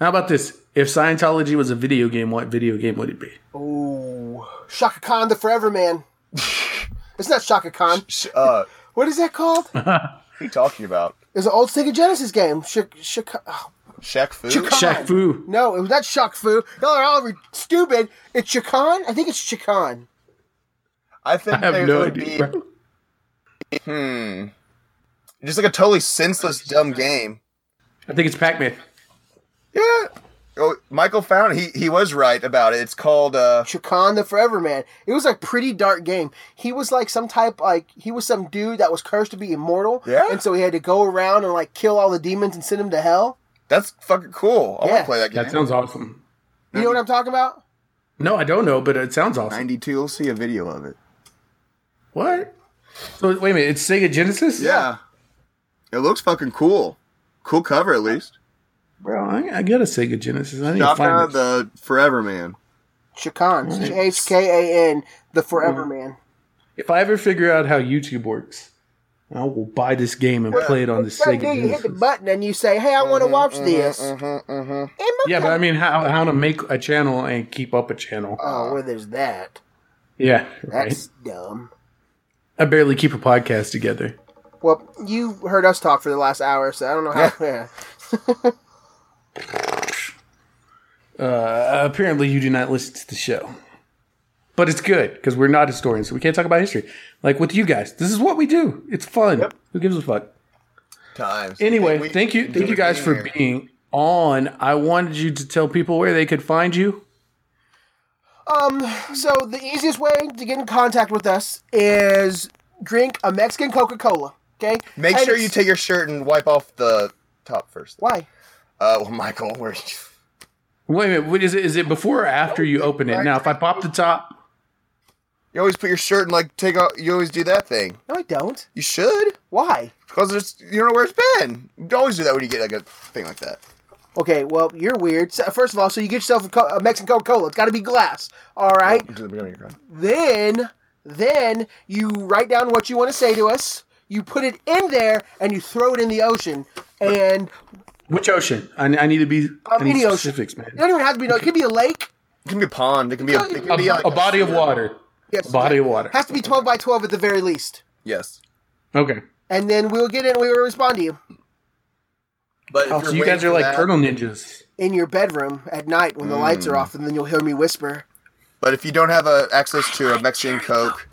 How about this? If Scientology was a video game, what video game would it be? to. Ooh. Shaka Khan, the *laughs* Forever Man. it's not Shaka Khan. Sh- Uh, What is that called? what are you talking about? It's an old Sega Genesis game. Shak Shaka. oh, Shaq Fu? Shaka- Shaq Fu. No, it was not Shock Fu. Y'all are all re- stupid. It's Chakan? I think it's Chakan. I think I have there no would idea. be bro. just like a totally senseless, dumb game. I think it's Pac Man. Yeah. Oh, Michael found he he was right about it. It's called uh Chakan the Forever Man. It was a pretty dark game. He was like some type, like, he was some dude that was cursed to be immortal. Yeah. And so he had to go around and, like, kill all the demons and send them to hell. that's fucking cool. I Yeah. want to play that game. That sounds awesome. You know what I'm talking about? No, I don't know, but it sounds awesome. 92, you'll see a video of it. What? So wait a minute, it's Sega Genesis? Yeah. It looks fucking cool. Cool cover, at least. Bro, I, I got a Sega Genesis. I need to find Shopna it. the Forever Man. Chakan, Mm-hmm. C H K A N, the Forever Man. If I ever figure out how YouTube works, I will buy this game and play it on the So Sega do you hit the Genesis. button and you say, "Hey, I want to watch this." Yeah, but I mean, how how to make a channel and keep up a channel? Oh, well, there's that. yeah, right. That's dumb. I barely keep a podcast together. Well, you heard us talk for the last hour, so I don't know how. *laughs* Yeah. Uh, apparently, you do not listen to the show, but it's good because we're not historians, so we can't talk about history. Like with you guys, this is what we do. It's fun. Who gives a fuck? Times. Anyway, thank you, thank you guys for being on. I wanted you to tell people where they could find you. Um, So the easiest way to get in contact with us is drink a Mexican Coca Cola. Okay. Make And sure it's- you take your shirt and wipe off the top first. Why? Uh, well, Michael, where Wait a minute, what is it? Is it before or after you open it? Now, if I pop the top, *laughs* you always put your shirt and like take out. You always do that thing. No, I don't. You should, Why? because it's you don't know where it's been. You always do that when you get like a thing like that. Okay, well, you're weird. So, first of all, so you get yourself a, co- a Mexican Coca Cola. It's got to be glass. All right. Into the beginning of your crime. Then, then you write down what you want to say to us. You put it in there and you throw it in the ocean. And which ocean? I, I need to be Uh, in any ocean. specifics, it man. doesn't even have to be. No, it could be a lake. It can be a pond. It can be a. It can be A, like a body of water. Yes. A body of water. Has to be 12 by 12 at the very least. Yes, Okay. And then we'll get in and we will respond to you but if Oh, you're so you waiting guys are for like that- turtle ninjas. in your bedroom at night when the lights Mm. are off, and then you'll hear me whisper. But if you don't have uh access to a Mexican Coke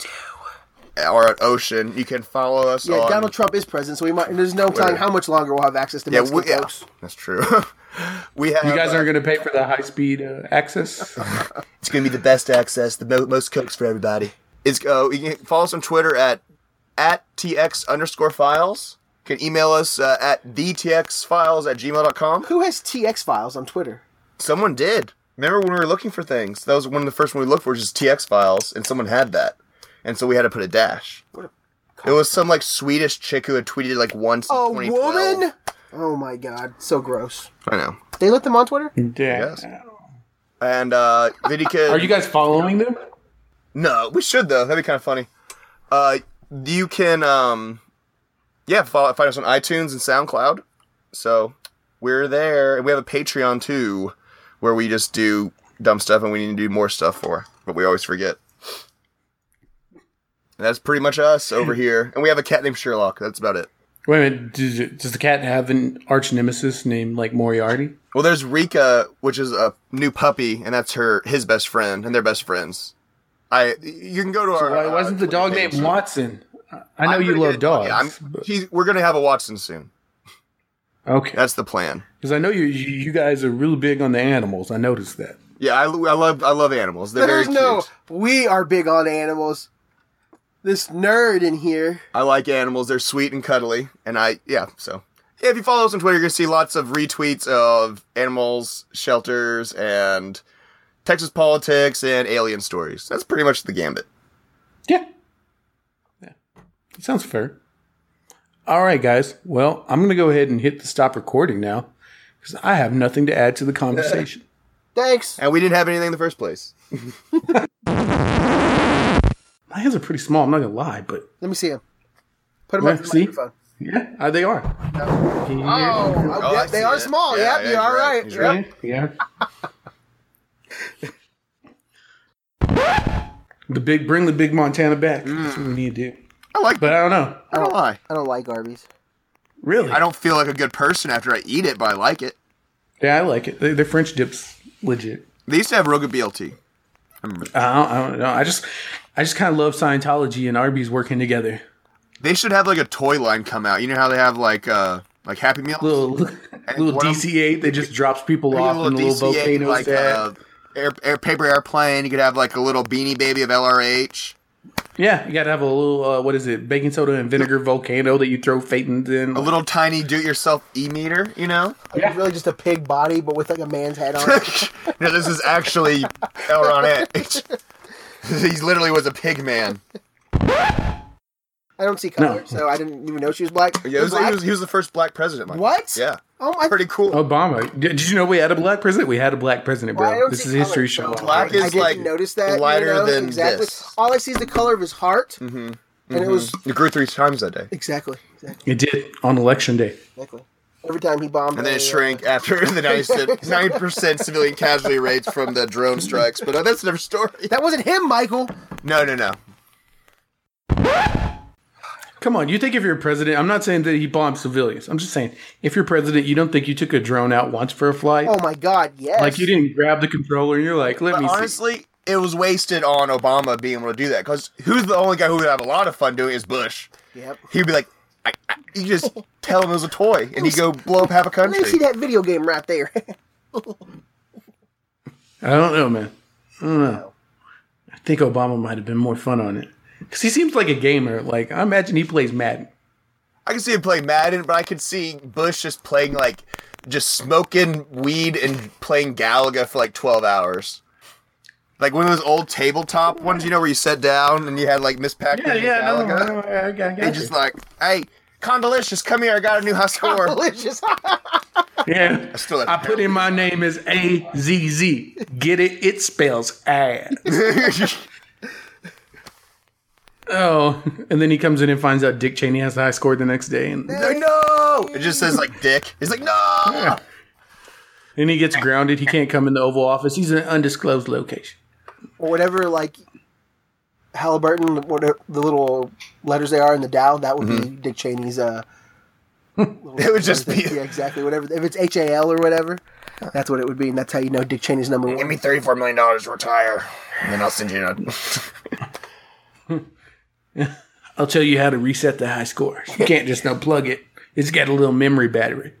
or an ocean, you can follow us Yeah, on. Donald Trump is president, so we might. There's no telling how much longer we'll have access to yeah, Mexican we, yeah, Cokes. that's true. *laughs* we have. You guys uh, aren't going to pay for the high speed uh, *laughs* access. It's gonna be the best access, the mo- most cooks for everybody. It's uh, you can follow us on Twitter at at tx underscore files. You can email us uh, at dtxfiles at gmail.com. Who has TX files on Twitter? Someone did. Remember when we were looking for things? That was one of the first one we looked for, just tx files, and someone had that, and so we had to put a dash. It was some like Swedish chick who had tweeted like once. in A 2012. woman? Oh my god, so gross. I know. They let them on Twitter? Damn. Yes. And uh, Vidika. Are you guys following them? No, we should though. That'd be kind of funny. Uh, you can um, yeah, follow, find us on iTunes and SoundCloud. So we're there, and we have a Patreon too, where we just do dumb stuff, and we need to do more stuff for, but we always forget. And that's pretty much *clears throat* us over here, and we have a cat named Sherlock. That's about it. Wait a minute. Does, it- does the cat have an arch nemesis named like Moriarty? Well, there's Rika, which is a new puppy, and that's her his best friend, and they're best friends. I you can go to our. Why uh, wasn't the dog Twitter page. named Watson? I know I'm you gonna love get a- dogs. yeah, I'm- he's- we're gonna have a Watson soon. okay. That's the plan. Because I know you, you you guys are really big on the animals. I noticed that. Yeah, I, lo- I love I love animals. They're There's very *laughs* no. cute. We are big on animals. This nerd in here. I like animals. They're sweet and cuddly, and I yeah. So yeah, if you follow us on Twitter, you're gonna see lots of retweets of animals, shelters, and Texas politics and alien stories. That's pretty much the gambit. Yeah. Yeah. It sounds fair. All right, guys. Well, I'm going to go ahead and hit the stop recording now because I have nothing to add to the conversation. Thanks. And we didn't have anything in the first place. *laughs* My hands are pretty small. I'm not going to lie, but Let me see him. Put him on Yeah, the see? microphone. yeah, uh, they are. Oh, Oh, yep, I they see are it. small. Yeah, yep, yeah, he's you're all right, right. he's Yep. right. Yeah. the big, bring the big Montana back. That's what we need to do. I like. But I don't know. I don't lie. I don't like Arby's. Really? I don't feel like a good person after I eat it, but I like it. yeah, I like it. They- They're French dips, legit. They used to have Roga BLT. I don't, I don't know. I just, I just kind of love Scientology and Arby's working together. They should have like a toy line come out. You know how they have like uh like Happy Meal. Little, *laughs* little one of- DC-8 that just drops people Maybe off in the little DCA, volcanoes. like there. uh, air, air, paper airplane. You could have like a little beanie baby of LRH. Yeah, you gotta have a little uh, what is it, baking soda and vinegar volcano that you throw Phaetons in. A little tiny do-it-yourself e-meter, you know? *laughs* It's really just a pig body, but with like a man's head on it. no, this is actually *laughs* Elronet. he literally was a pig man. I don't see color, so I didn't even know she was black. Yeah, he was, he Black? was, he was the first black president. Michael. What? Yeah. Oh my. Pretty cool. Obama. Did, did you know we had a black president? We had a black president, Well, I bro. don't This see is a history show. color, so Black I is didn't like notice that. you lighter know? than exactly. this. All I see is the color of his heart, mm-hmm. and it was It grew three times that day. exactly, exactly, It did on election day. exactly. Every time he bombed, And then a, uh, it shrank after *laughs* the 9% civilian casualty rates from the drone strikes. But uh, that's another story. uh, That wasn't him, Michael. No, no, no. Come on, you think if you're president, I'm not saying that he bombed civilians. I'm just saying if you're president, you don't think you took a drone out once for a flight? Oh my God, yes. Like you didn't grab the controller and you're like, let But me see. honestly, it was wasted on Obama being able to do that. Because who's the only guy who would have a lot of fun doing it is Bush. Yep. He'd be like, I, I, you *laughs* just tell him it was a toy, and he'd go blow up half a Let me country. see that video game right there. *laughs* I don't know, man. I don't know. I think Obama might have been more fun on it. Because he seems like a gamer. Like, I imagine he plays Madden. I can see him playing Madden, but I could see Bush just playing like, just smoking weed and playing Galaga for like twelve hours. Like one of those old tabletop ones, you know, where you sat down and you had like Miss Pac-Man and Galaga. Oh, I, I, I got and just like, hey, Condalicious, come here, I got a new high score. Delicious. Yeah. *laughs* I, still have put in my name as A Z Z. Get it? It spells ass. *laughs* oh, and then he comes in and finds out Dick Cheney has the high score the next day, and Like, no, it just says like dick. He's like, no. then he gets grounded. He can't come in the Oval Office. He's in an undisclosed location. or whatever like Halliburton, whatever the little letters they are in the Dow, that would Mm-hmm. be Dick Cheney's. Uh, It would just be. *laughs* yeah, exactly. Whatever. If it's H A L or whatever, that's what it would be, and that's how you know Dick Cheney's number Give one. me thirty-four million dollars, retire, and then I'll send you. A... I'll tell you how to reset the high score. You can't just unplug it. It's got a little memory battery.